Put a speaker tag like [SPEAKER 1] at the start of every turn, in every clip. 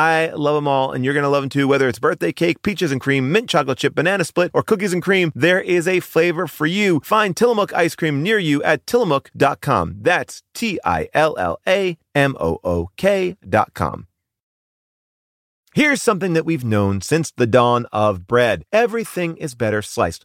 [SPEAKER 1] I love them all, and you're going to love them too, whether it's birthday cake, peaches and cream, mint chocolate chip, banana split, or cookies and cream. There is a flavor for you. Find Tillamook ice cream near you at tillamook.com. That's T I L L A M O O K.com. Here's something that we've known since the dawn of bread everything is better sliced.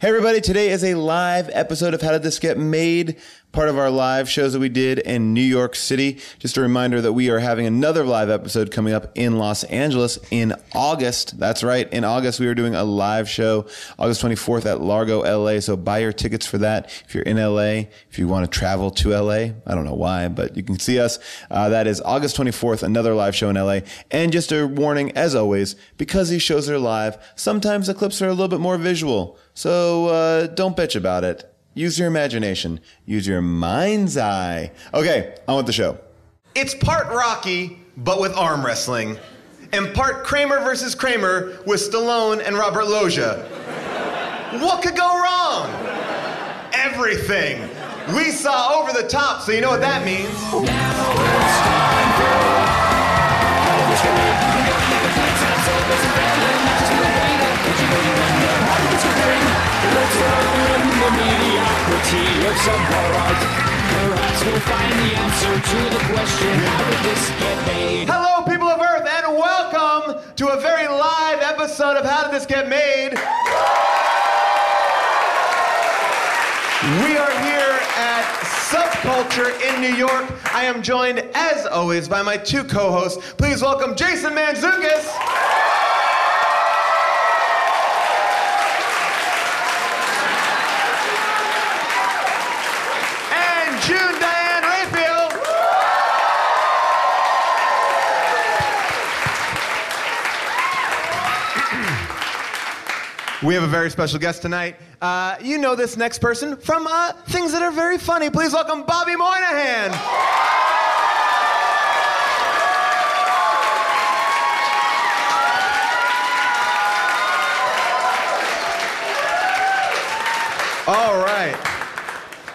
[SPEAKER 2] Hey, everybody, today is a live episode of How Did This Get Made, part of our live shows that we did in New York City. Just a reminder that we are having another live episode coming up in Los Angeles in August. That's right, in August, we are doing a live show August 24th at Largo, LA. So buy your tickets for that if you're in LA, if you want to travel to LA. I don't know why, but you can see us. Uh, that is August 24th, another live show in LA. And just a warning, as always, because these shows are live, sometimes the clips are a little bit more visual. So uh, don't bitch about it. Use your imagination. Use your mind's eye. Okay, on with the show. It's part Rocky, but with arm wrestling, and part Kramer versus Kramer with Stallone and Robert Loggia. what could go wrong? Everything. We saw over the top, so you know what that means. Hello, people of Earth, and welcome to a very live episode of How Did This Get Made? We are here at Subculture in New York. I am joined, as always, by my two co hosts. Please welcome Jason Manzukis. and June Diane Raphael. We have a very special guest tonight. Uh, you know this next person from uh, things that are very funny. Please welcome Bobby Moynihan. All right.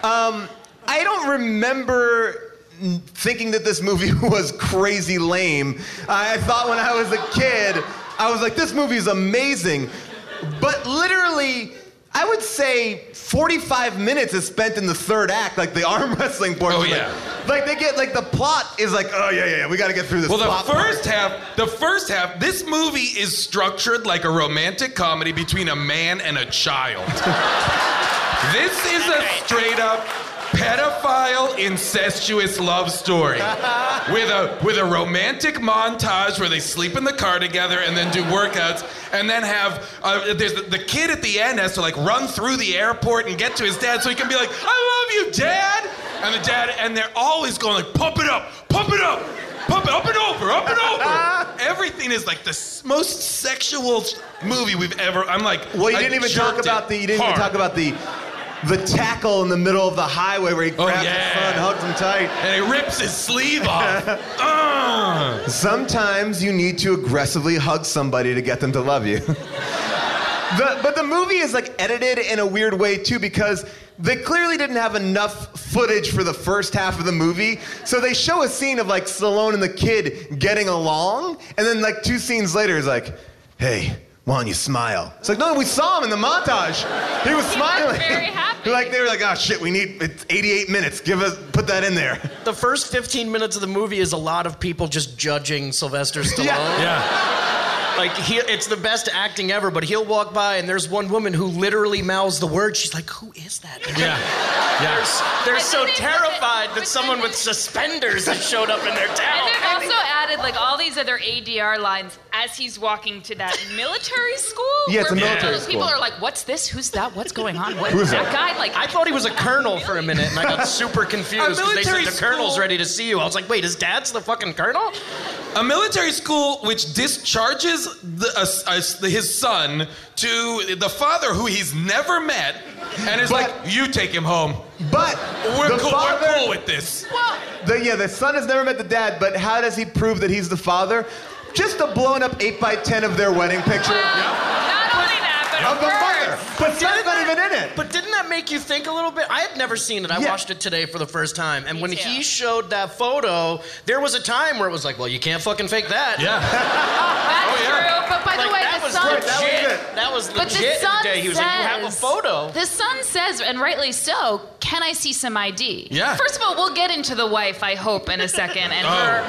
[SPEAKER 2] Um, I don't remember n- thinking that this movie was crazy lame. I thought when I was a kid, I was like, this movie is amazing. But literally, I would say 45 minutes is spent in the third act, like the arm wrestling portion.
[SPEAKER 3] Oh, yeah.
[SPEAKER 2] Like, like they get like the plot is like, oh yeah, yeah, yeah, we got to get through this.
[SPEAKER 3] Well, the
[SPEAKER 2] plot part."
[SPEAKER 3] first half, the first half, this movie is structured like a romantic comedy between a man and a child. this is a straight up pedophile incestuous love story with a with a romantic montage where they sleep in the car together and then do workouts and then have uh, there's the, the kid at the end has to like run through the airport and get to his dad so he can be like I love you dad and the dad and they're always going like pump it up pump it up pump it up and over up and over everything is like the s- most sexual movie we've ever I'm like
[SPEAKER 2] Well, you
[SPEAKER 3] I
[SPEAKER 2] didn't even talk
[SPEAKER 3] jerked it
[SPEAKER 2] about the. You didn't even
[SPEAKER 3] hard.
[SPEAKER 2] talk about the. The tackle in the middle of the highway where he
[SPEAKER 3] Oh,
[SPEAKER 2] grabbed
[SPEAKER 3] yeah.
[SPEAKER 2] his son, hugged him tight.
[SPEAKER 3] and he rips his sleeve off. Uh. Ugh.
[SPEAKER 2] Sometimes you need to aggressively hug somebody to get them to love you. The- but the movie is like edited in a weird way too because they clearly didn't have enough footage for the first half of the movie. So they show a scene of like Stallone and the kid getting along, and then like two scenes later, it's like, hey, why don't you smile? It's like, no, we saw him in the montage. He was
[SPEAKER 4] was
[SPEAKER 2] smiling.
[SPEAKER 4] very happy.
[SPEAKER 2] like they were like, oh shit, we need it's 88 minutes. Give us put that in there.
[SPEAKER 5] The first 15 minutes of the movie is a lot of people just judging Sylvester Stallone.
[SPEAKER 3] Yeah.
[SPEAKER 5] Like he, it's the best acting ever. But he'll walk by and there's one woman who literally mouths the word. She's like, "Who is that?"
[SPEAKER 3] Yeah.
[SPEAKER 5] They're, they're
[SPEAKER 4] And
[SPEAKER 5] so
[SPEAKER 4] then they- but
[SPEAKER 5] terrified that
[SPEAKER 4] then
[SPEAKER 5] someone
[SPEAKER 4] they-
[SPEAKER 5] with suspenders has showed up in their
[SPEAKER 4] And they've
[SPEAKER 5] town.
[SPEAKER 4] also added like all these other ADR lines as he's walking to that military school.
[SPEAKER 2] Yeah, it's a
[SPEAKER 4] where
[SPEAKER 2] military
[SPEAKER 4] people, People
[SPEAKER 2] school.
[SPEAKER 4] are like, "What's this? Who's that? What's going on? What
[SPEAKER 2] Who's
[SPEAKER 4] is that
[SPEAKER 2] that?
[SPEAKER 4] guy?" Like,
[SPEAKER 5] I thought he was a colonel for a minute, and I got super confused because they said
[SPEAKER 3] military
[SPEAKER 5] the colonel's
[SPEAKER 3] school-
[SPEAKER 5] ready to see you. I was like, "Wait, his dad's the fucking colonel?"
[SPEAKER 3] A military school which discharges the, uh, uh, his son to the father who he's never met and is
[SPEAKER 2] But-
[SPEAKER 3] like, you take him home.
[SPEAKER 2] But
[SPEAKER 3] We're,
[SPEAKER 2] the
[SPEAKER 3] cool,
[SPEAKER 2] father,
[SPEAKER 3] we're cool with this.
[SPEAKER 2] The, yeah, the son has never met the dad, but how does he prove that he's the father? Just a blown up 8x10 of their wedding picture
[SPEAKER 4] not only that, but
[SPEAKER 2] of the mother.
[SPEAKER 4] worse.
[SPEAKER 2] But son's not even in it.
[SPEAKER 5] But didn't that make you think a little bit? I had never seen it. I
[SPEAKER 2] Yeah.
[SPEAKER 5] watched it today for the first time. And when
[SPEAKER 4] too.
[SPEAKER 5] he showed that photo, there was a time where it was like, well, you can't fucking fake that.
[SPEAKER 3] Yeah.
[SPEAKER 4] That's
[SPEAKER 3] Oh, yeah.
[SPEAKER 4] true. But by
[SPEAKER 5] Like,
[SPEAKER 4] the way,
[SPEAKER 5] that,
[SPEAKER 4] the
[SPEAKER 5] was
[SPEAKER 4] son
[SPEAKER 5] legit.
[SPEAKER 2] That was good.
[SPEAKER 5] That was
[SPEAKER 4] But
[SPEAKER 5] legit.
[SPEAKER 4] the son
[SPEAKER 5] the day he was
[SPEAKER 4] says,
[SPEAKER 5] like, you have a photo.
[SPEAKER 4] The son says, and rightly so, can I see some ID?
[SPEAKER 3] Yeah.
[SPEAKER 4] First of all, we'll get into the wife, I hope, in a second,
[SPEAKER 5] Oh.
[SPEAKER 4] and her,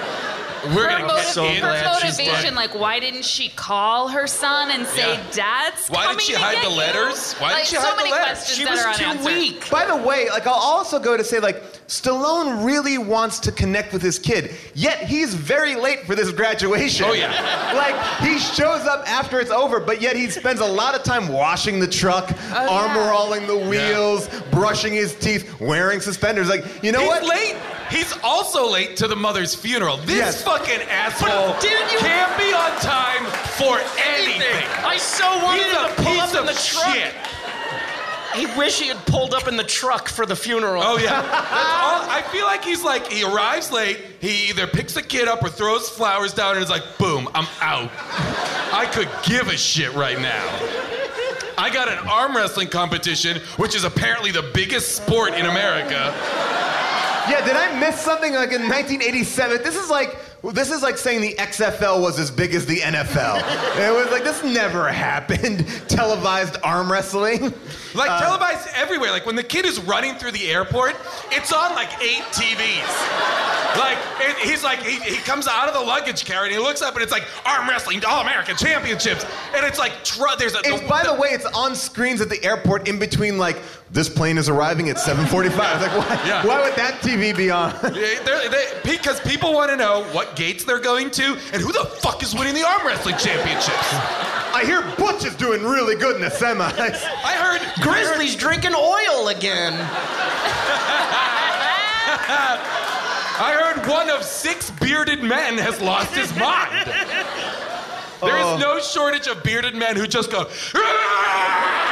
[SPEAKER 3] We're
[SPEAKER 4] her,
[SPEAKER 3] going to
[SPEAKER 4] motiv-
[SPEAKER 3] get so
[SPEAKER 4] her
[SPEAKER 3] glad she's
[SPEAKER 4] motivation,
[SPEAKER 3] dead.
[SPEAKER 4] like, why didn't she call her son and say,
[SPEAKER 3] Yeah.
[SPEAKER 4] Dad's
[SPEAKER 3] Why did
[SPEAKER 4] coming
[SPEAKER 3] she
[SPEAKER 4] to
[SPEAKER 3] hide
[SPEAKER 4] get
[SPEAKER 3] the
[SPEAKER 4] you?"
[SPEAKER 3] letters? Why did
[SPEAKER 4] like,
[SPEAKER 3] she
[SPEAKER 4] so
[SPEAKER 3] hide the
[SPEAKER 4] many
[SPEAKER 3] letters?
[SPEAKER 4] questions
[SPEAKER 5] She
[SPEAKER 4] that
[SPEAKER 5] was
[SPEAKER 4] are
[SPEAKER 5] too
[SPEAKER 4] unanswered.
[SPEAKER 5] weak.
[SPEAKER 2] By the way, like I'll also go to say like Stallone really wants to connect with his kid, yet he's very late for this graduation.
[SPEAKER 3] Oh, yeah.
[SPEAKER 2] like he shows up after it's over, but yet he spends a lot of time washing the truck, armor alling the wheels, brushing his teeth, wearing suspenders. Like, you know
[SPEAKER 3] He's
[SPEAKER 2] what?
[SPEAKER 3] late. He's also late to the mother's funeral. This
[SPEAKER 2] Yes.
[SPEAKER 3] fucking asshole
[SPEAKER 5] didn't you-
[SPEAKER 3] can't be on time for anything.
[SPEAKER 5] I so wanted
[SPEAKER 3] He's
[SPEAKER 5] him
[SPEAKER 3] a
[SPEAKER 5] to pull
[SPEAKER 3] piece
[SPEAKER 5] up in
[SPEAKER 3] of
[SPEAKER 5] the truck.
[SPEAKER 3] shit.
[SPEAKER 5] He wish he had pulled up in the truck for the funeral.
[SPEAKER 3] Oh yeah. That's all, I feel like he's like he arrives late. He either picks the kid up or throws flowers down, and is like, "Boom, I'm out. I could give a shit right now." I got an arm wrestling competition, which is apparently the biggest sport in America.
[SPEAKER 2] Yeah, did I miss something like in 1987? This is like this is like saying the XFL was as big as the NFL. it was like this never happened. Televised arm wrestling.
[SPEAKER 3] Like
[SPEAKER 2] Uh.
[SPEAKER 3] televised everywhere. Like when the kid is running through the airport, it's on like eight TVs. Like it, he's like he, he comes out of the luggage carrier and he looks up and it's like arm wrestling all American championships, and it's like tr- there's a
[SPEAKER 2] It's, by the way, it's on screens at the airport in between like this plane is arriving at 7:45. Like why,
[SPEAKER 3] Yeah.
[SPEAKER 2] why would that TV be on?
[SPEAKER 3] Yeah, they're- they- because people want to know what gates they're going to and who the fuck is winning the arm wrestling championships.
[SPEAKER 2] I hear Butch is doing really good in the semis.
[SPEAKER 3] I heard
[SPEAKER 5] Grizzly's drinking oil again.
[SPEAKER 3] I heard one of six bearded men has lost his mind. There is no shortage of bearded men who just go "Ah!"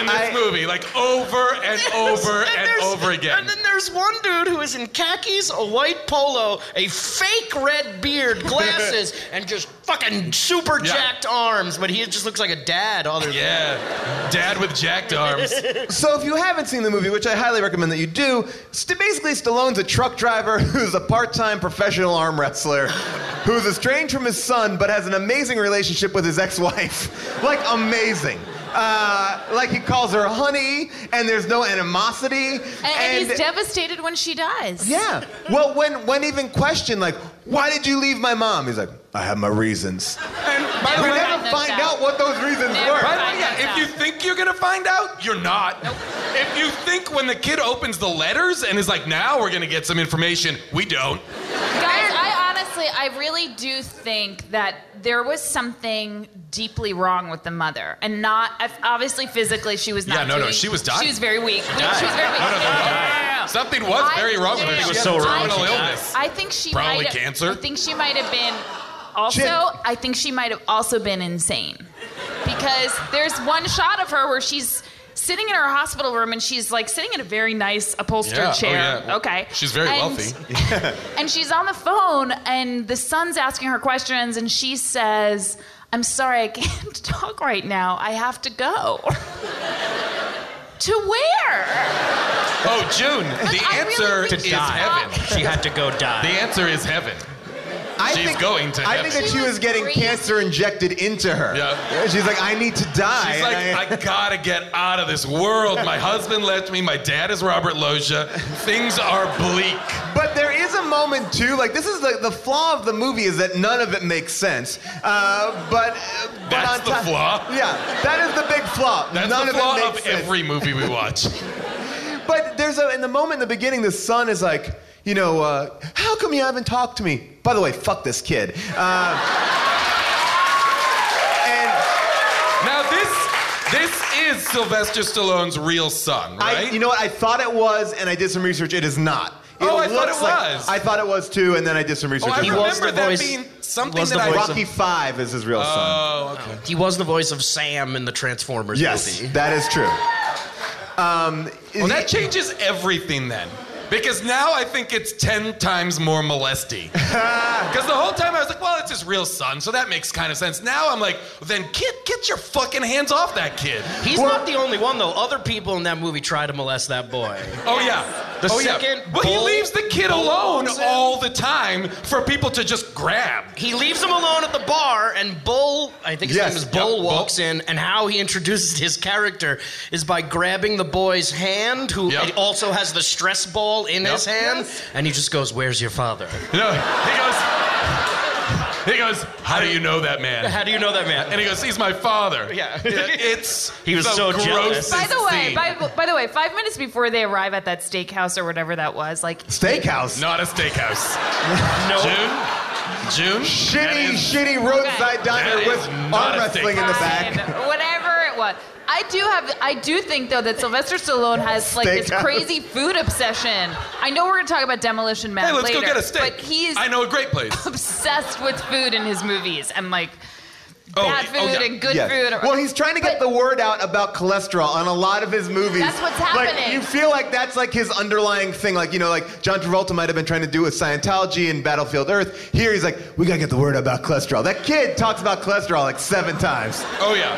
[SPEAKER 3] in this
[SPEAKER 2] I-
[SPEAKER 3] movie, like over and over and,
[SPEAKER 5] there's-
[SPEAKER 3] over again.
[SPEAKER 5] And then there's one dude who is in khakis, a white polo, a fake red beard, glasses, and just fucking super
[SPEAKER 3] Yeah.
[SPEAKER 5] jacked arms. But he just looks like a dad. Other than
[SPEAKER 3] yeah, dad with jacked arms.
[SPEAKER 2] So if you haven't seen the movie, which I highly recommend that you do, st- basically Stallone's a truck driver who's a part-time professional arm wrestler who's estranged from his son but has an amazing relationship with his ex-wife. Like amazing. Uh, like he calls her honey, and there's no animosity.
[SPEAKER 4] And, and he's devastated when she dies.
[SPEAKER 2] yeah. Well, when when even questioned, like, why did you leave my mom? He's like, I have my reasons.
[SPEAKER 3] And by the
[SPEAKER 2] We
[SPEAKER 3] way,
[SPEAKER 2] never
[SPEAKER 4] those
[SPEAKER 2] find
[SPEAKER 4] out.
[SPEAKER 2] out what those reasons
[SPEAKER 4] Never
[SPEAKER 2] were.
[SPEAKER 3] By the
[SPEAKER 4] Find
[SPEAKER 3] way, Oh, yeah,
[SPEAKER 4] those
[SPEAKER 3] if
[SPEAKER 4] out.
[SPEAKER 3] you think you're gonna find out, you're not. If you think when the kid opens the letters and is like, now we're gonna get some information, we don't.
[SPEAKER 6] Guys, I honestly, I really do think that there was something deeply wrong with the mother, and not obviously physically she was not.
[SPEAKER 3] Yeah, no, no,
[SPEAKER 6] doing-
[SPEAKER 3] she was dying.
[SPEAKER 6] She was very weak. She, was very weak.
[SPEAKER 3] No, no, no, no, no. Something was
[SPEAKER 6] I-
[SPEAKER 3] very wrong with
[SPEAKER 6] no,
[SPEAKER 3] her.
[SPEAKER 6] no,
[SPEAKER 3] She
[SPEAKER 6] no.
[SPEAKER 3] had
[SPEAKER 6] I
[SPEAKER 3] a terminal
[SPEAKER 6] think-
[SPEAKER 3] illness.
[SPEAKER 6] I think she
[SPEAKER 3] Probably
[SPEAKER 6] might have-
[SPEAKER 3] cancer.
[SPEAKER 6] I think she might have been. Also,
[SPEAKER 2] Jen-
[SPEAKER 6] I think she might have also been insane, because there's one shot of her where she's sitting in her hospital room and she's like sitting in a very nice upholstered
[SPEAKER 3] Yeah, oh,
[SPEAKER 6] chair.
[SPEAKER 3] yeah.
[SPEAKER 6] Okay.
[SPEAKER 3] She's very
[SPEAKER 6] And-
[SPEAKER 3] wealthy.
[SPEAKER 6] and she's on the phone, and the son's asking her questions, and she says, I'm sorry, I can't talk right now. I have to go. to where?
[SPEAKER 3] Oh, June, the
[SPEAKER 6] I really
[SPEAKER 3] answer
[SPEAKER 6] think
[SPEAKER 3] is
[SPEAKER 6] she's not-
[SPEAKER 3] heaven.
[SPEAKER 5] She had to go
[SPEAKER 3] The
[SPEAKER 5] die.
[SPEAKER 3] answer is heaven.
[SPEAKER 2] I
[SPEAKER 3] She's going to
[SPEAKER 2] I
[SPEAKER 3] heaven.
[SPEAKER 2] think that she
[SPEAKER 6] She
[SPEAKER 2] was
[SPEAKER 6] was
[SPEAKER 2] getting
[SPEAKER 6] crazy.
[SPEAKER 2] cancer injected into her.
[SPEAKER 3] Yeah.
[SPEAKER 2] She's like, I need to die.
[SPEAKER 3] She's
[SPEAKER 2] and
[SPEAKER 3] like,
[SPEAKER 2] I-
[SPEAKER 3] I gotta get out of this world. My husband left me. My dad is Robert Loggia. Things are bleak.
[SPEAKER 2] But there is a moment too, like this is the, the flaw of the movie is that none of it makes sense. Uh, but but
[SPEAKER 3] That's
[SPEAKER 2] on
[SPEAKER 3] the
[SPEAKER 2] top-
[SPEAKER 3] flaw?
[SPEAKER 2] Yeah, that is the big flaw.
[SPEAKER 3] That's
[SPEAKER 2] none
[SPEAKER 3] the flaw
[SPEAKER 2] of it
[SPEAKER 3] of,
[SPEAKER 2] makes sense.
[SPEAKER 3] every movie we watch.
[SPEAKER 2] But there's a in the moment in the beginning, the son is like, you know, uh, how come you haven't talked to me? By the way, fuck this kid. Uh, and
[SPEAKER 3] now this this is Sylvester Stallone's real son, right?
[SPEAKER 2] I, you know what? I thought it was, and I did some research. It is not. It
[SPEAKER 3] Oh, I thought
[SPEAKER 2] looks
[SPEAKER 3] it
[SPEAKER 2] like-
[SPEAKER 3] was.
[SPEAKER 2] I thought it was too, and then I did some research.
[SPEAKER 3] oh, I
[SPEAKER 2] It
[SPEAKER 5] He
[SPEAKER 3] remember
[SPEAKER 2] was-
[SPEAKER 5] was the
[SPEAKER 3] that
[SPEAKER 5] voice-
[SPEAKER 3] being something
[SPEAKER 5] was the
[SPEAKER 3] that I.
[SPEAKER 5] voice
[SPEAKER 2] Rocky Five is his real son.
[SPEAKER 3] Oh, okay.
[SPEAKER 5] He was the voice of Sam in the Transformers
[SPEAKER 2] Yes,
[SPEAKER 5] movie.
[SPEAKER 2] that is true. Um,
[SPEAKER 3] Well, that changes everything then. Because now I think it's 10 times more molesty. Because the whole time I was like, well, it's his real son, so that makes kind of sense. Now I'm like, then kid, get your fucking hands off that kid.
[SPEAKER 5] He's not the only one though. Other people in that movie try to molest that boy.
[SPEAKER 3] Oh, yeah.
[SPEAKER 5] The
[SPEAKER 3] oh, yeah.
[SPEAKER 5] second
[SPEAKER 3] Well, he
[SPEAKER 5] bull-
[SPEAKER 3] leaves the kid
[SPEAKER 5] bull
[SPEAKER 3] alone
[SPEAKER 5] owns him.
[SPEAKER 3] all the time for people to just grab.
[SPEAKER 5] He leaves him alone at the bar, and Bull, I think his
[SPEAKER 2] Yes.
[SPEAKER 5] name is Bull,
[SPEAKER 3] Yep, Bull.
[SPEAKER 5] walks in, and how he introduces his character is by grabbing the boy's hand, who
[SPEAKER 3] Yep.
[SPEAKER 5] also has the stress ball in
[SPEAKER 3] Yep.
[SPEAKER 5] his hand, and he just goes, Where's your father?
[SPEAKER 3] No, he goes, he goes, how do you know that man?
[SPEAKER 5] How do you know that man?
[SPEAKER 3] And he goes, he's my father.
[SPEAKER 5] Yeah.
[SPEAKER 3] It's
[SPEAKER 5] He was
[SPEAKER 3] the
[SPEAKER 5] so jealous.
[SPEAKER 3] grossest
[SPEAKER 6] By the way,
[SPEAKER 3] scene.
[SPEAKER 6] by, by the way, five minutes before they arrive at that steakhouse or whatever that was, like
[SPEAKER 2] steakhouse.
[SPEAKER 3] Not a steakhouse.
[SPEAKER 5] No.
[SPEAKER 3] June? June? That
[SPEAKER 2] Shitty,
[SPEAKER 3] is-
[SPEAKER 2] shitty roadside
[SPEAKER 6] Okay.
[SPEAKER 2] diner
[SPEAKER 3] That
[SPEAKER 2] with
[SPEAKER 3] is not
[SPEAKER 2] arm
[SPEAKER 3] a
[SPEAKER 2] wrestling in the
[SPEAKER 6] fine,
[SPEAKER 2] back.
[SPEAKER 6] whatever it was. I do have, I do think though that Sylvester Stallone has like this
[SPEAKER 2] Steakhouse.
[SPEAKER 6] crazy food obsession. I know we're gonna talk about Demolition Man
[SPEAKER 3] Hey, let's
[SPEAKER 6] later,
[SPEAKER 3] go get a steak.
[SPEAKER 6] but he's
[SPEAKER 3] I know a great place.
[SPEAKER 6] obsessed with food in his movies and like
[SPEAKER 3] Oh,
[SPEAKER 6] bad
[SPEAKER 3] oh,
[SPEAKER 6] food
[SPEAKER 3] yeah.
[SPEAKER 6] and good
[SPEAKER 2] Yeah.
[SPEAKER 6] food. or-
[SPEAKER 2] Well, he's trying to get the
[SPEAKER 6] But-
[SPEAKER 2] word out about cholesterol on a lot of his movies.
[SPEAKER 6] That's what's
[SPEAKER 2] Like,
[SPEAKER 6] happening.
[SPEAKER 2] you feel like that's like his underlying thing. Like, you know, like John Travolta might have been trying to do with Scientology and Battlefield Earth. Here he's like, we gotta get the word out about cholesterol. That kid talks about cholesterol like seven times.
[SPEAKER 3] Oh, yeah.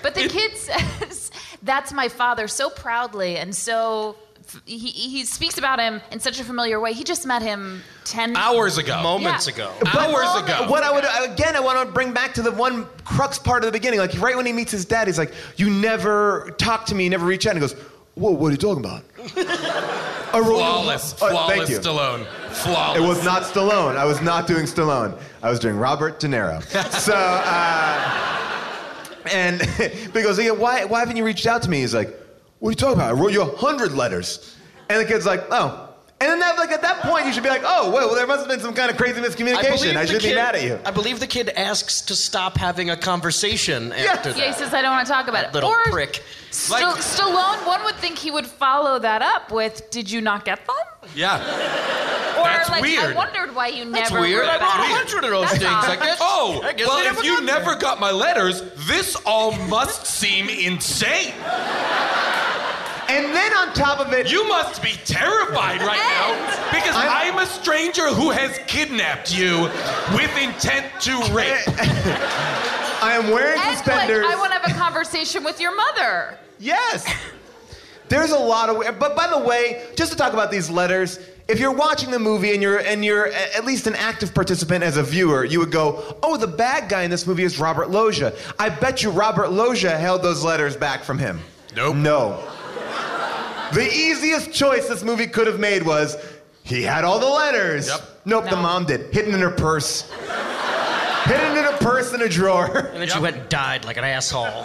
[SPEAKER 6] But the kid says, "That's my father," so proudly and so. f- He, he speaks about him in such a familiar way. He just met him ten
[SPEAKER 3] Hours ago.
[SPEAKER 5] Moments
[SPEAKER 6] Yeah.
[SPEAKER 5] ago.
[SPEAKER 3] Hours
[SPEAKER 6] But-
[SPEAKER 3] ago.
[SPEAKER 2] What I would again, I want to bring back to the one crux part of the beginning. Like right when he meets his dad, he's like, "You never talk to me, you never reach out." And he goes, "Whoa, what are you talking about?" I wrote you a-
[SPEAKER 3] Flawless.
[SPEAKER 2] Oh,
[SPEAKER 3] Flawless
[SPEAKER 2] thank you.
[SPEAKER 3] Stallone.
[SPEAKER 2] It
[SPEAKER 3] Flawless.
[SPEAKER 2] was not Stallone. I was not doing Stallone. I was doing Robert De Niro. so, uh, and but he goes, yeah, why, why haven't you reached out to me? He's like, what are you talking about? I wrote you a hundred letters. And the kid's like, oh. And then that, like at that point, you should be like, oh, well, there must have been some kind of crazy miscommunication. I,
[SPEAKER 5] the
[SPEAKER 2] should be
[SPEAKER 5] kid-
[SPEAKER 2] mad at you.
[SPEAKER 5] I believe the kid asks to stop having a conversation after
[SPEAKER 6] Yeah, he
[SPEAKER 5] that.
[SPEAKER 6] says, I don't want to talk about it.
[SPEAKER 5] Little
[SPEAKER 6] or
[SPEAKER 5] prick.
[SPEAKER 6] Sta-
[SPEAKER 3] Like-
[SPEAKER 6] Stallone, one would think he would follow that up with, Did you not get them?
[SPEAKER 3] yeah.
[SPEAKER 6] Or,
[SPEAKER 3] That's
[SPEAKER 6] like,
[SPEAKER 3] weird.
[SPEAKER 6] I wondered why you
[SPEAKER 5] That's
[SPEAKER 6] never.
[SPEAKER 5] weird.
[SPEAKER 6] wrote
[SPEAKER 5] I
[SPEAKER 6] back.
[SPEAKER 5] wrote a hundred of those
[SPEAKER 6] That's
[SPEAKER 5] things.
[SPEAKER 6] odd.
[SPEAKER 5] I guess.
[SPEAKER 3] Oh,
[SPEAKER 5] I guess
[SPEAKER 3] well,
[SPEAKER 5] they
[SPEAKER 3] if
[SPEAKER 5] never
[SPEAKER 3] you
[SPEAKER 5] got
[SPEAKER 3] never got my letters, this all must seem insane.
[SPEAKER 2] And then on top of it,
[SPEAKER 3] You must be terrified right now because I'm,
[SPEAKER 2] I'm-
[SPEAKER 3] a stranger who has kidnapped you with intent to rape.
[SPEAKER 2] I am wearing
[SPEAKER 6] And,
[SPEAKER 2] suspenders.
[SPEAKER 6] like, I want to have a conversation with your mother.
[SPEAKER 2] Yes. There's a lot of but by the way, just to talk about these letters, if you're watching the movie and you're and you're a- at least an active participant as a viewer, you would go, "Oh, the bad guy in this movie is Robert Loggia." I bet you Robert Loggia held those letters back from him.
[SPEAKER 3] Nope.
[SPEAKER 2] No. The easiest choice this movie could have made was He had all the letters.
[SPEAKER 3] Yep.
[SPEAKER 2] Nope, the
[SPEAKER 6] No.
[SPEAKER 2] mom did. Hidden in her purse. Hidden in a purse in a drawer.
[SPEAKER 5] And then she
[SPEAKER 3] Yep.
[SPEAKER 5] went and died like an asshole.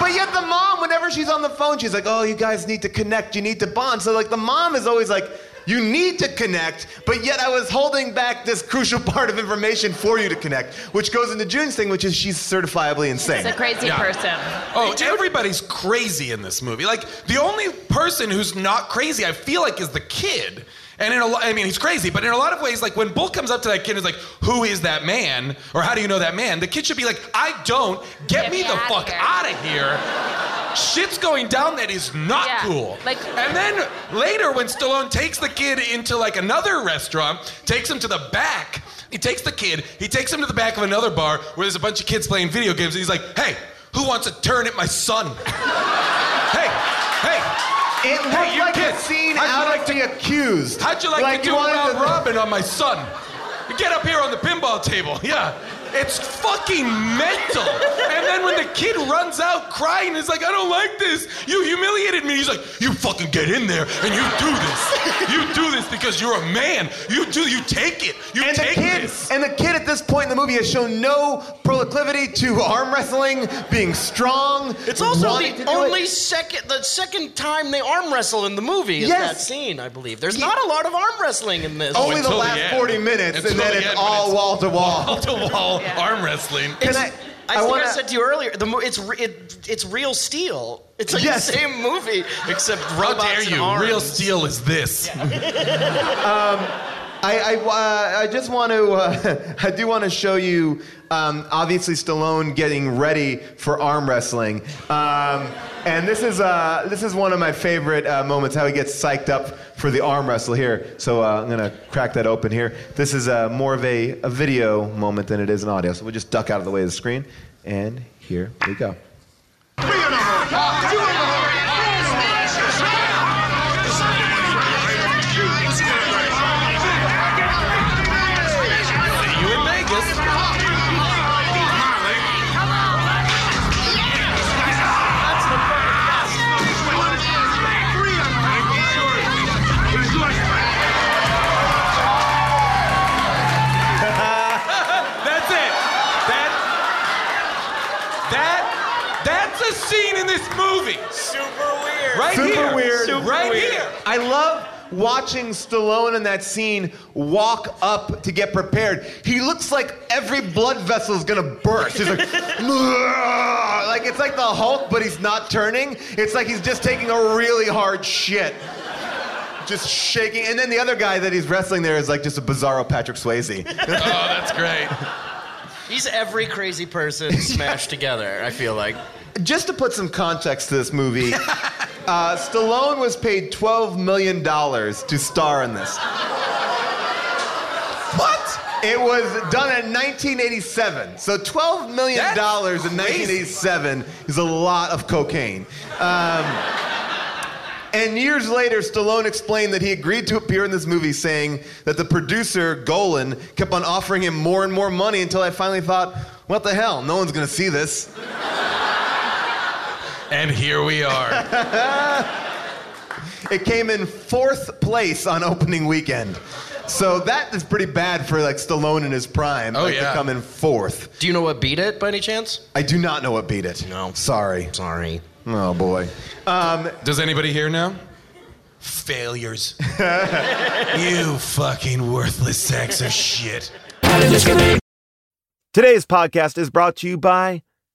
[SPEAKER 2] But yet the mom, whenever she's on the phone, she's like, "Oh, you guys need to connect. You need to bond." So like the mom is always like, "You need to connect," but yet I was holding back this crucial part of information for you to connect, which goes into June's thing, which is she's certifiably insane.
[SPEAKER 6] It's a crazy
[SPEAKER 3] Yeah.
[SPEAKER 6] person.
[SPEAKER 3] Oh, everybody's crazy in this movie. Like the only person who's not crazy, I feel like, is the kid. And in a lot, I mean, he's crazy, but in a lot of ways, like when Bull comes up to that kid and is like, "Who is that man?" or "How do you know that man?" The kid should be like, "I don't. Get,
[SPEAKER 6] Get
[SPEAKER 3] me,
[SPEAKER 6] me
[SPEAKER 3] the
[SPEAKER 6] outta
[SPEAKER 3] fuck
[SPEAKER 6] here."
[SPEAKER 3] out of here." Shit's going down that is not
[SPEAKER 6] Yeah,
[SPEAKER 3] cool.
[SPEAKER 6] like-
[SPEAKER 3] and then later, when Stallone takes the kid into like another restaurant, takes him to the back. He takes the kid. He takes him to the back of another bar where there's a bunch of kids playing video games. And he's like, "Hey, who wants a turn at my son? hey, hey,
[SPEAKER 2] It looked
[SPEAKER 3] Hey, you
[SPEAKER 2] like
[SPEAKER 3] kid,
[SPEAKER 2] a scene
[SPEAKER 3] how'd you
[SPEAKER 2] out
[SPEAKER 3] like
[SPEAKER 2] of
[SPEAKER 3] to-
[SPEAKER 2] the accused.
[SPEAKER 3] how'd you like, to
[SPEAKER 2] you
[SPEAKER 3] do a
[SPEAKER 2] wanted
[SPEAKER 3] round
[SPEAKER 2] to-
[SPEAKER 3] robin on my son? Get up here on the pinball table. Yeah." It's fucking mental. and then when the kid runs out crying, it's like, I don't like this. You humiliated me. He's like, you fucking get in there and you do this. You do this because you're a man. You do, you take it. You
[SPEAKER 2] And the
[SPEAKER 3] take
[SPEAKER 2] kid,
[SPEAKER 3] this.
[SPEAKER 2] and the kid at this point in the movie has shown no proclivity to arm wrestling, being strong.
[SPEAKER 5] It's also
[SPEAKER 2] wanting to
[SPEAKER 5] the
[SPEAKER 2] do it.
[SPEAKER 5] only second the second time they arm wrestle in the movie is
[SPEAKER 2] Yes.
[SPEAKER 5] that scene, I believe. There's not a lot of arm wrestling in this.
[SPEAKER 2] Only the
[SPEAKER 3] until the
[SPEAKER 2] last
[SPEAKER 3] end.
[SPEAKER 2] 40 minutes,
[SPEAKER 3] Until
[SPEAKER 2] and then
[SPEAKER 3] the
[SPEAKER 2] it's
[SPEAKER 3] end, but
[SPEAKER 2] all
[SPEAKER 3] it's-
[SPEAKER 2] wall to
[SPEAKER 3] wall
[SPEAKER 2] wall.
[SPEAKER 3] to wall arm wrestling.
[SPEAKER 2] Can I?
[SPEAKER 5] I, think
[SPEAKER 2] wanna-
[SPEAKER 5] I said to you earlier, the mo- it's re- it, it's real steel. It's like
[SPEAKER 2] Yes.
[SPEAKER 5] the same movie except
[SPEAKER 3] How
[SPEAKER 5] robots
[SPEAKER 3] dare
[SPEAKER 5] and
[SPEAKER 3] you?
[SPEAKER 5] arms.
[SPEAKER 3] Real steel is this.
[SPEAKER 2] I, I, uh, I just want to, uh, I do want to show you, um, obviously Stallone getting ready for arm wrestling. Um, and this is, uh, this is one of my favorite uh, moments, how he gets psyched up for the arm wrestle here. So uh, I'm going to crack that open here. This is uh, more of a, a video moment than it is an audio. So we'll just duck out of the way of the screen. And here we go.
[SPEAKER 3] See you in Vegas. That's it. That that that's a scene in this movie. Super weird. Right
[SPEAKER 2] Super
[SPEAKER 3] here.
[SPEAKER 2] weird.
[SPEAKER 3] right here.
[SPEAKER 2] I love watching Stallone in that scene walk up to get prepared. He looks like every blood vessel is gonna burst. He's like, "Ugh." like it's like the Hulk, but he's not turning. It's like he's just taking a really hard shit. Just shaking, and then the other guy that he's wrestling there is like just a bizarro Patrick Swayze.
[SPEAKER 3] Oh, that's great.
[SPEAKER 5] He's every crazy person smashed together, I feel like.
[SPEAKER 2] Just to put some context to this movie, uh, Stallone was paid twelve million dollars to star in this.
[SPEAKER 3] What?
[SPEAKER 2] It was done in 1987. So 12 million dollars in
[SPEAKER 3] crazy.
[SPEAKER 2] 1987 is a lot of cocaine. Um, and years later, Stallone explained that he agreed to appear in this movie, saying that the producer Golan kept on offering him more and more money until I finally thought, "What the hell? No one's gonna see this."
[SPEAKER 3] And here we are.
[SPEAKER 2] It came in fourth place on opening weekend. So that is pretty bad for like Stallone in his prime
[SPEAKER 3] Oh,
[SPEAKER 2] like, to
[SPEAKER 3] yeah.
[SPEAKER 2] come in fourth.
[SPEAKER 5] Do you know what beat it by any chance?
[SPEAKER 2] I do not know what beat it.
[SPEAKER 5] No.
[SPEAKER 2] Sorry.
[SPEAKER 5] Sorry.
[SPEAKER 2] Oh boy.
[SPEAKER 3] Does anybody here know? Failures. you fucking worthless sacks of shit.
[SPEAKER 1] Today's podcast is brought to you by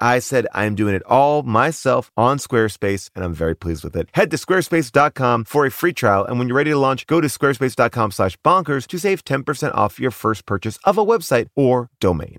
[SPEAKER 1] I said I'm doing it all myself on Squarespace, and I'm very pleased with it. Head to squarespace.com for a free trial, and when you're ready to launch, go to squarespace.com/bonkers slash bonkers to save 10% off your first purchase of a website or domain.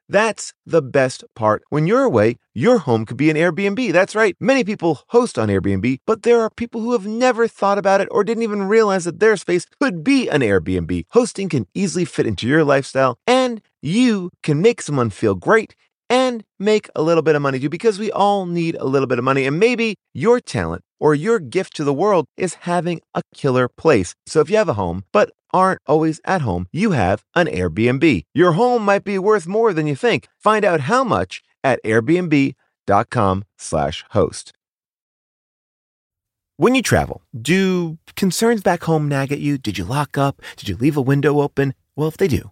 [SPEAKER 1] That's the best part. When you're away, your home could be an Airbnb. That's right. Many people host on Airbnb, but there are people who have never thought about it or didn't even realize that their space could be an Airbnb. Hosting can easily fit into your lifestyle, and you can make someone feel great and make a little bit of money too, because we all need a little bit of money. And maybe your talent or your gift to the world is having a killer place. So if you have a home, but aren't always at home, you have an Airbnb. Your home might be worth more than you think. Find out how much at airbnb.com slash host. When you travel, do concerns back home nag at you? Did you lock up? Did you leave a window open? Well, if they do,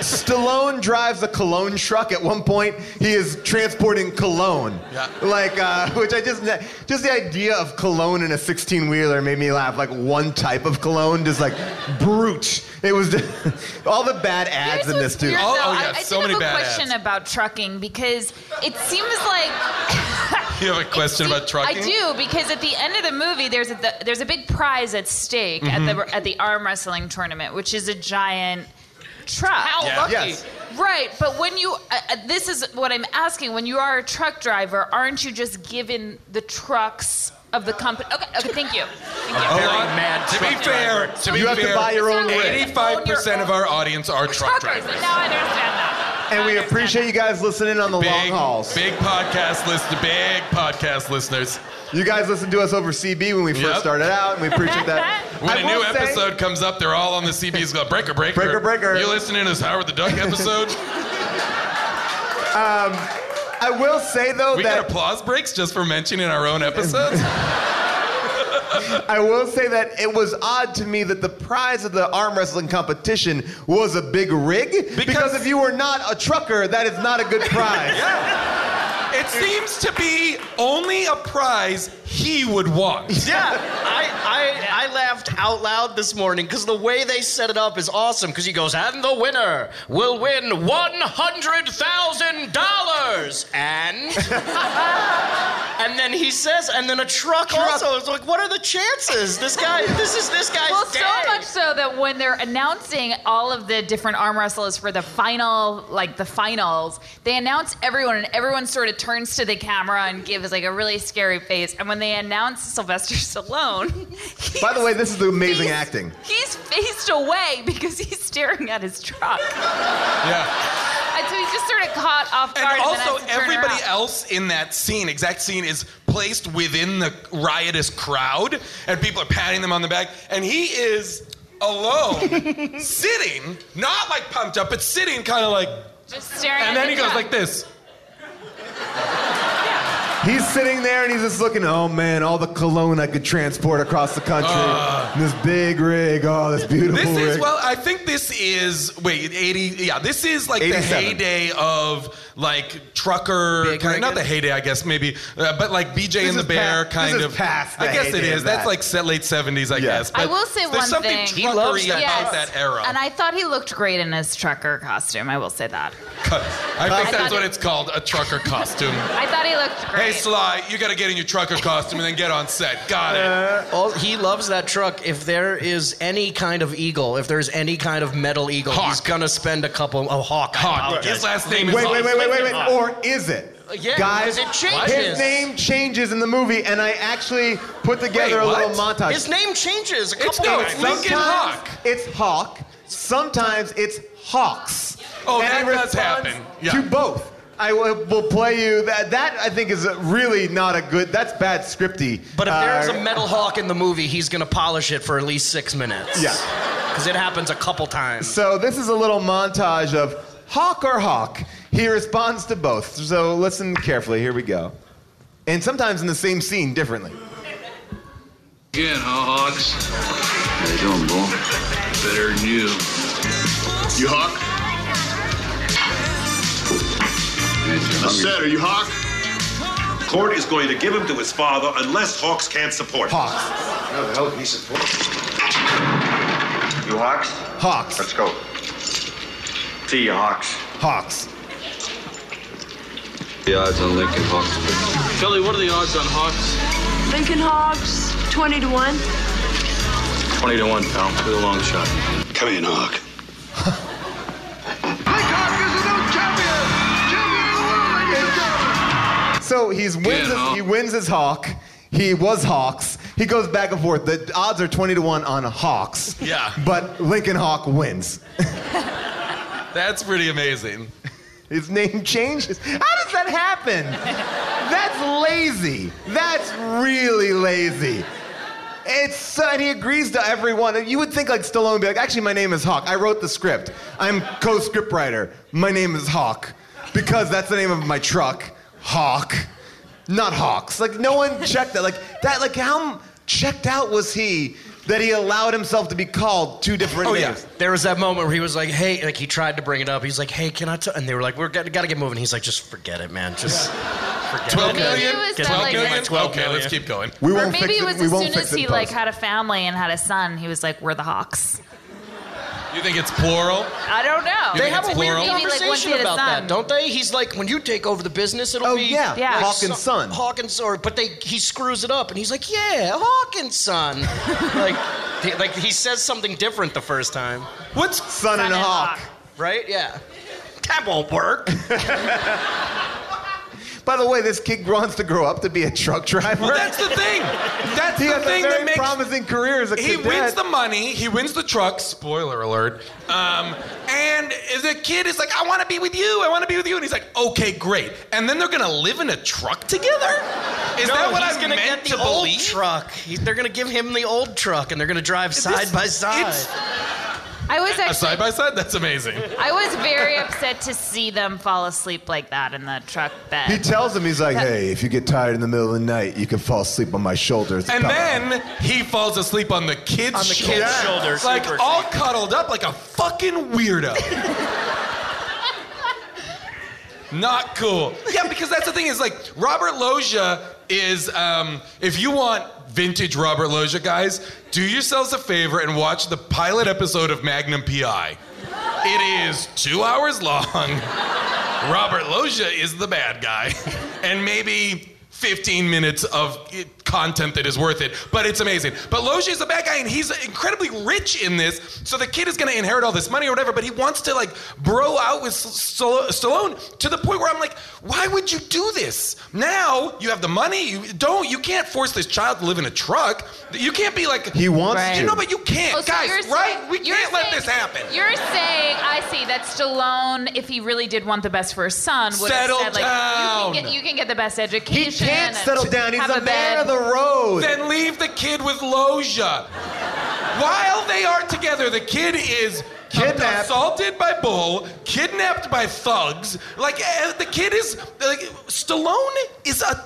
[SPEAKER 2] Stallone drives a cologne truck. At one point, he is transporting cologne.
[SPEAKER 3] Yeah.
[SPEAKER 2] Like, uh, which I just ne- just the idea of cologne in a 16 wheeler made me laugh. Like one type of cologne, just like brute. It was all the bad ads
[SPEAKER 6] Here's
[SPEAKER 2] in
[SPEAKER 6] what's
[SPEAKER 2] this too.
[SPEAKER 6] weird,
[SPEAKER 3] Oh,
[SPEAKER 6] though.
[SPEAKER 3] oh,
[SPEAKER 6] I-
[SPEAKER 3] yeah,
[SPEAKER 6] I,
[SPEAKER 3] so
[SPEAKER 6] did
[SPEAKER 3] many
[SPEAKER 6] have a
[SPEAKER 3] bad
[SPEAKER 6] question about trucking because it seems like
[SPEAKER 3] You have a question about trucking?
[SPEAKER 6] I do because at the end of the movie, there's a the, there's a big prize at stake at the
[SPEAKER 3] Mm-hmm.
[SPEAKER 6] at the arm wrestling tournament, which is a giant truck.
[SPEAKER 5] How
[SPEAKER 3] Yeah.
[SPEAKER 5] lucky.
[SPEAKER 2] Yes.
[SPEAKER 6] Right, but when you, uh, uh, this is what I'm asking. When you are a truck driver, aren't you just given the trucks of the company? Okay, okay, thank you. Thank you.
[SPEAKER 3] Hold
[SPEAKER 5] Very
[SPEAKER 3] on.
[SPEAKER 5] mad
[SPEAKER 3] To be
[SPEAKER 5] truck
[SPEAKER 3] fair,
[SPEAKER 5] driver.
[SPEAKER 3] to be
[SPEAKER 2] You have to
[SPEAKER 3] fair,
[SPEAKER 2] buy your own
[SPEAKER 6] Exactly.
[SPEAKER 2] way.
[SPEAKER 3] Eighty-five percent of our audience are truck
[SPEAKER 6] Truckers,
[SPEAKER 3] drivers.
[SPEAKER 6] Now I understand that.
[SPEAKER 2] And
[SPEAKER 6] Now I
[SPEAKER 2] we
[SPEAKER 6] understand
[SPEAKER 2] appreciate
[SPEAKER 6] that.
[SPEAKER 2] you guys listening on the long
[SPEAKER 3] Big,
[SPEAKER 2] hauls.
[SPEAKER 3] big podcast list, big podcast listeners.
[SPEAKER 2] You guys listened to us over CB when we first
[SPEAKER 3] Yep.
[SPEAKER 2] started out, and we appreciate that.
[SPEAKER 3] When
[SPEAKER 2] I
[SPEAKER 3] a
[SPEAKER 2] will
[SPEAKER 3] new
[SPEAKER 2] say-
[SPEAKER 3] episode comes up, they're all on the CB's go breaker, breaker,
[SPEAKER 2] Breaker, breaker.
[SPEAKER 3] You listening to this Howard the Duck episode?
[SPEAKER 2] I will say though
[SPEAKER 3] we
[SPEAKER 2] that
[SPEAKER 3] got applause breaks just for mentioning our own episodes.
[SPEAKER 2] I will say that it was odd to me that the prize of the arm wrestling competition was a big rig. Because,
[SPEAKER 3] Because-
[SPEAKER 2] if you were not a trucker, that is not a good prize.
[SPEAKER 3] it seems to be only a prize he would want.
[SPEAKER 5] Yeah, I, I, I laughed out loud this morning because the way they set it up is awesome. Because he goes, and the winner will win one hundred thousand dollars, and and then he says, and then a truck, also is like, what are the chances? This guy, this is this guy's
[SPEAKER 6] Well,
[SPEAKER 5] day.
[SPEAKER 6] so much so that when they're announcing all of the different arm wrestlers for the final, like the finals, they announce everyone, and everyone sort of turns to the camera and gives like a really scary face. And when they announce Sylvester Stallone, he's-
[SPEAKER 2] By the way, this is the amazing
[SPEAKER 6] he's-
[SPEAKER 2] acting.
[SPEAKER 6] He's faced away because he's staring at his truck,
[SPEAKER 3] Yeah.
[SPEAKER 6] and so he's just sort of caught off
[SPEAKER 3] And
[SPEAKER 6] guard. then
[SPEAKER 3] also,
[SPEAKER 6] has to turn
[SPEAKER 3] everybody
[SPEAKER 6] around.
[SPEAKER 3] else in that scene, exact scene, is placed within the riotous crowd, and people are patting them on the back, and he is alone, sitting, not like pumped up, but sitting kind of like.
[SPEAKER 6] just staring.
[SPEAKER 3] And
[SPEAKER 6] at
[SPEAKER 3] then
[SPEAKER 6] the
[SPEAKER 3] he goes
[SPEAKER 6] truck.
[SPEAKER 3] like this.
[SPEAKER 2] He's sitting there and he's just looking, oh man, all the cologne I could transport across the country. And this big rig, oh, this beautiful
[SPEAKER 3] Uh. This
[SPEAKER 2] rig.
[SPEAKER 3] is well, I think this is wait eighty. Yeah, this is like the
[SPEAKER 2] 87.
[SPEAKER 3] heyday of like trucker.
[SPEAKER 5] Big
[SPEAKER 3] kind of- not
[SPEAKER 5] rigging?
[SPEAKER 3] the heyday, I guess maybe, uh, but like BJ and the
[SPEAKER 2] is
[SPEAKER 3] Bear
[SPEAKER 2] pa-
[SPEAKER 3] kind
[SPEAKER 2] this is
[SPEAKER 3] of.
[SPEAKER 2] past the
[SPEAKER 3] I guess it
[SPEAKER 2] heyday
[SPEAKER 3] is.
[SPEAKER 2] of
[SPEAKER 3] That's
[SPEAKER 2] that.
[SPEAKER 3] like se- late seventies, I
[SPEAKER 2] Yeah.
[SPEAKER 3] guess.
[SPEAKER 6] I
[SPEAKER 3] but
[SPEAKER 6] will say
[SPEAKER 3] there's
[SPEAKER 6] one
[SPEAKER 3] something
[SPEAKER 6] thing. He
[SPEAKER 5] loves
[SPEAKER 3] truckery about
[SPEAKER 6] Yes.
[SPEAKER 3] that era.
[SPEAKER 6] And I thought he looked great in his trucker costume. I will say that.
[SPEAKER 3] I think
[SPEAKER 6] I
[SPEAKER 3] that's
[SPEAKER 6] thought
[SPEAKER 3] what
[SPEAKER 6] it-
[SPEAKER 3] it's called, a trucker costume.
[SPEAKER 6] I thought he looked
[SPEAKER 3] hey
[SPEAKER 6] great.
[SPEAKER 3] Sly, you got to get in your trucker costume and then get on set. Got it.
[SPEAKER 2] Uh,
[SPEAKER 5] All, he loves that truck. If there is any kind of eagle, if there's any kind of metal eagle, he's
[SPEAKER 3] Hawk.
[SPEAKER 5] gonna spend a couple. Oh, hawk. I
[SPEAKER 3] Hawk.
[SPEAKER 5] apologize.
[SPEAKER 3] His last name is
[SPEAKER 2] wait,
[SPEAKER 3] Hawk.
[SPEAKER 2] wait, wait, wait, wait, wait. Or is it?
[SPEAKER 5] Uh, Yeah,
[SPEAKER 2] Guys,
[SPEAKER 5] because it changes.
[SPEAKER 2] his name changes in the movie, and I actually put together a
[SPEAKER 3] Wait,
[SPEAKER 2] little
[SPEAKER 3] what?
[SPEAKER 2] montage.
[SPEAKER 5] His name changes a couple
[SPEAKER 3] It's no,
[SPEAKER 5] times.
[SPEAKER 3] it's Lincoln Hawk.
[SPEAKER 2] It's Hawk. Sometimes it's Hawks.
[SPEAKER 3] Oh,
[SPEAKER 2] and
[SPEAKER 3] that
[SPEAKER 2] I
[SPEAKER 3] does
[SPEAKER 2] respond
[SPEAKER 3] happen. Yeah.
[SPEAKER 2] To both. I will will play you that. That I think is really not a good. That's bad scripty.
[SPEAKER 5] But if there's
[SPEAKER 2] Uh,
[SPEAKER 5] a metal hawk in the movie, he's gonna polish it for at least six minutes.
[SPEAKER 2] Yeah.
[SPEAKER 5] Because it happens a couple times.
[SPEAKER 2] So this is a little montage of Hawk or Hawk. He responds to both. So listen carefully. Here we go. And sometimes in the same scene, differently.
[SPEAKER 7] Again, huh, Hawks? How you doing, Bull? Better than you. You Hawk? I said, are you Hawk?
[SPEAKER 8] Court is going to give him to his father unless Hawks can't support. him.
[SPEAKER 2] Hawks.
[SPEAKER 7] No, the hell with me support. You Hawks?
[SPEAKER 2] Hawks.
[SPEAKER 7] go. See you, Hawks.
[SPEAKER 2] Hawks.
[SPEAKER 7] The odds on Lincoln Hawks.
[SPEAKER 9] Kelly, what are the odds on Hawks?
[SPEAKER 10] Lincoln Hogs, 20 to 1.
[SPEAKER 9] 20 to 1, pal. To the long shot.
[SPEAKER 7] Come in, Hawk.
[SPEAKER 2] So he wins. His,
[SPEAKER 7] Hawk.
[SPEAKER 2] he wins his Hawk. He was Hawks. He goes back and forth. The odds are twenty to one on Hawks.
[SPEAKER 3] Yeah.
[SPEAKER 2] But Lincoln Hawk wins.
[SPEAKER 3] That's pretty amazing.
[SPEAKER 2] His name changes. How does that happen? That's lazy. That's really lazy. It's so, and he agrees to everyone. You would think like Stallone would be like, actually, my name is Hawk. I wrote the script. I'm co-script writer. My name is Hawk because that's the name of my truck, Hawk, not Hawks. Like no one checked that. Like that. Like how checked out was he that he allowed himself to be called two different
[SPEAKER 3] Oh, yeah.
[SPEAKER 2] names?
[SPEAKER 5] There was that moment where he was like, "Hey," like he tried to bring it up. He's like, "Hey, can I?" T-? And they were like, "We're got, gotta get moving." He's like, "Just forget it, man. Just forget
[SPEAKER 3] Twelve
[SPEAKER 5] it."
[SPEAKER 6] Maybe
[SPEAKER 3] million.
[SPEAKER 6] it was
[SPEAKER 5] Get
[SPEAKER 6] that,
[SPEAKER 5] my-
[SPEAKER 6] like,
[SPEAKER 5] get my
[SPEAKER 6] as-
[SPEAKER 5] 12
[SPEAKER 3] okay, let's
[SPEAKER 5] million.
[SPEAKER 3] keep going.
[SPEAKER 2] We
[SPEAKER 6] Or
[SPEAKER 2] won't
[SPEAKER 6] maybe
[SPEAKER 2] fix
[SPEAKER 6] it was
[SPEAKER 2] we
[SPEAKER 6] as
[SPEAKER 2] won't
[SPEAKER 6] soon
[SPEAKER 2] fix
[SPEAKER 6] as
[SPEAKER 2] it
[SPEAKER 6] he
[SPEAKER 2] in
[SPEAKER 6] like
[SPEAKER 2] post.
[SPEAKER 6] had a family and had a son, he was like, "We're the Hawks."
[SPEAKER 3] You think it's plural?
[SPEAKER 6] I don't know.
[SPEAKER 3] You
[SPEAKER 5] They
[SPEAKER 3] think
[SPEAKER 5] have
[SPEAKER 3] it's
[SPEAKER 5] a weird
[SPEAKER 3] plural?
[SPEAKER 6] Maybe, like, once
[SPEAKER 5] conversation
[SPEAKER 6] he had a
[SPEAKER 5] about
[SPEAKER 6] son.
[SPEAKER 5] that, don't they? He's like, when you take over the business, it'll
[SPEAKER 2] Oh,
[SPEAKER 5] be
[SPEAKER 2] yeah.
[SPEAKER 6] Yeah.
[SPEAKER 5] like
[SPEAKER 2] Hawk and
[SPEAKER 5] so-
[SPEAKER 2] Son.
[SPEAKER 5] Hawk and or but they he screws it up, and he's like, yeah, Hawk and Son, like, he, like he says something different the first time,
[SPEAKER 3] What's
[SPEAKER 2] Son and
[SPEAKER 6] Son and
[SPEAKER 2] Hawk.
[SPEAKER 6] Hawk.
[SPEAKER 5] right? Yeah, that won't work.
[SPEAKER 2] By the way, this kid wants to grow up to be a truck driver.
[SPEAKER 3] Well, that's the thing. That's
[SPEAKER 2] he
[SPEAKER 3] the
[SPEAKER 2] has
[SPEAKER 3] thing
[SPEAKER 2] a very
[SPEAKER 3] that makes
[SPEAKER 2] promising career as a
[SPEAKER 3] he
[SPEAKER 2] cadet.
[SPEAKER 3] wins the money. He wins the truck. Spoiler alert. Um, and the kid is like, "I want to be with you. I want to be with you." And he's like, "Okay, great." And then they're gonna live in a truck together. Is that what
[SPEAKER 5] he's
[SPEAKER 3] I'm
[SPEAKER 5] gonna
[SPEAKER 3] meant
[SPEAKER 5] get the
[SPEAKER 3] to
[SPEAKER 5] old
[SPEAKER 3] believe?
[SPEAKER 5] truck. He- they're gonna give him the old truck, and they're gonna drive
[SPEAKER 3] This-
[SPEAKER 5] side by side.
[SPEAKER 3] it's-
[SPEAKER 6] I was
[SPEAKER 3] A
[SPEAKER 6] actually,
[SPEAKER 3] side by side. That's amazing.
[SPEAKER 6] I was very upset to see them fall asleep like that in the truck bed.
[SPEAKER 2] He tells him, he's like, hey, if you get tired in the middle of the night, you can fall asleep on my shoulders.
[SPEAKER 3] And then he falls asleep on the kid's
[SPEAKER 5] On the kid's
[SPEAKER 3] shoulder.
[SPEAKER 5] shoulder,
[SPEAKER 3] It's like
[SPEAKER 5] super
[SPEAKER 3] all cuddled up like a fucking weirdo. Not cool. Yeah, because that's the thing is like Robert Loggia is um, if you want vintage Robert Loggia guys, do yourselves a favor and watch the pilot episode of Magnum PI. It is two hours long. Robert Loggia is the bad guy, and maybe 15 minutes of i- content that is worth it, but it's amazing. But Loggia is the bad guy, and he's incredibly rich in this, so the kid is going to inherit all this money or whatever, but he wants to like bro out with S- Stall- Stallone to the point where I'm like, why would you do this? Now you have the money, you don't, you can't force this child to live in a truck. You can't be like,
[SPEAKER 2] he wants
[SPEAKER 6] Right.
[SPEAKER 2] to.
[SPEAKER 6] You
[SPEAKER 3] no, but you can't,
[SPEAKER 6] Oh, so
[SPEAKER 3] guys,
[SPEAKER 6] you're saying-
[SPEAKER 3] right? we
[SPEAKER 6] you're
[SPEAKER 3] can't let
[SPEAKER 6] saying-
[SPEAKER 3] this happen.
[SPEAKER 6] You're saying, I see, that Stallone, if he really did want the best for his son, would
[SPEAKER 3] Settle
[SPEAKER 6] have said, like,
[SPEAKER 3] down.
[SPEAKER 6] You, can get, you can get the best education.
[SPEAKER 2] he can't
[SPEAKER 6] and
[SPEAKER 2] settle down. He's
[SPEAKER 6] have
[SPEAKER 2] a man
[SPEAKER 6] bed."
[SPEAKER 2] of the road.
[SPEAKER 3] Then leave the kid with Loja. While they are together, the kid is
[SPEAKER 2] Kidnapped.
[SPEAKER 3] assaulted by bull, kidnapped by thugs. Like eh, the kid is like Stallone is a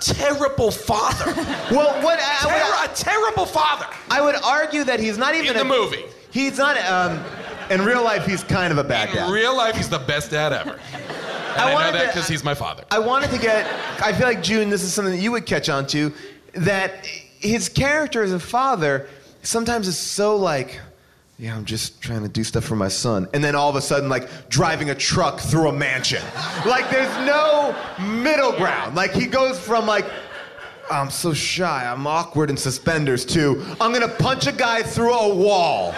[SPEAKER 3] terrible father.
[SPEAKER 2] well, what, I- what I-
[SPEAKER 3] Terri- a terrible father.
[SPEAKER 2] I would argue that he's not even
[SPEAKER 3] In the
[SPEAKER 2] a,
[SPEAKER 3] movie.
[SPEAKER 2] He's not. Um, in real life, he's kind of a bad guy.
[SPEAKER 3] In real life, he's the best dad ever. And I, know
[SPEAKER 2] wanted
[SPEAKER 3] that
[SPEAKER 2] to-
[SPEAKER 3] because he's my father.
[SPEAKER 2] I wanted to get. I feel like June. This is something that you would catch on to. That his character as a father sometimes is so like. Yeah, I'm just trying to do stuff for my son. And then all of a sudden, like driving a truck through a mansion. Like, there's no middle ground. Like, he goes from, like, I'm so shy, I'm awkward in suspenders, to, I'm gonna punch a guy through a wall.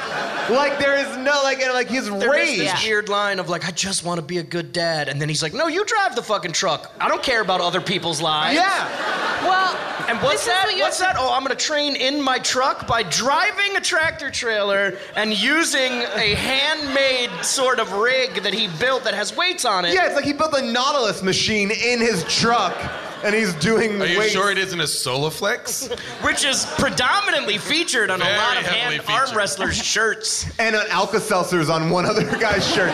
[SPEAKER 2] Like, there is no, like, and, like, his
[SPEAKER 5] There
[SPEAKER 2] rage.
[SPEAKER 5] is this weird line of like, I just want to be a good dad, and then he's like, No, you drive the fucking truck. I don't care about other people's lives.
[SPEAKER 2] Yeah.
[SPEAKER 6] Well,
[SPEAKER 5] And what's that? what's that? Oh, I'm gonna train in my truck by driving a tractor trailer and using a handmade sort of rig that he built that has weights on it.
[SPEAKER 2] Yeah, it's like he built a Nautilus machine in his truck, and he's doing.
[SPEAKER 3] Are you
[SPEAKER 2] weights.
[SPEAKER 3] sure it isn't a Soloflex?
[SPEAKER 5] Which is predominantly featured on
[SPEAKER 3] Very
[SPEAKER 5] a lot of
[SPEAKER 3] heavily
[SPEAKER 5] hand arm
[SPEAKER 3] featured.
[SPEAKER 5] wrestlers' shirts.
[SPEAKER 2] And an Alka Seltzer's on one other guy's shirt.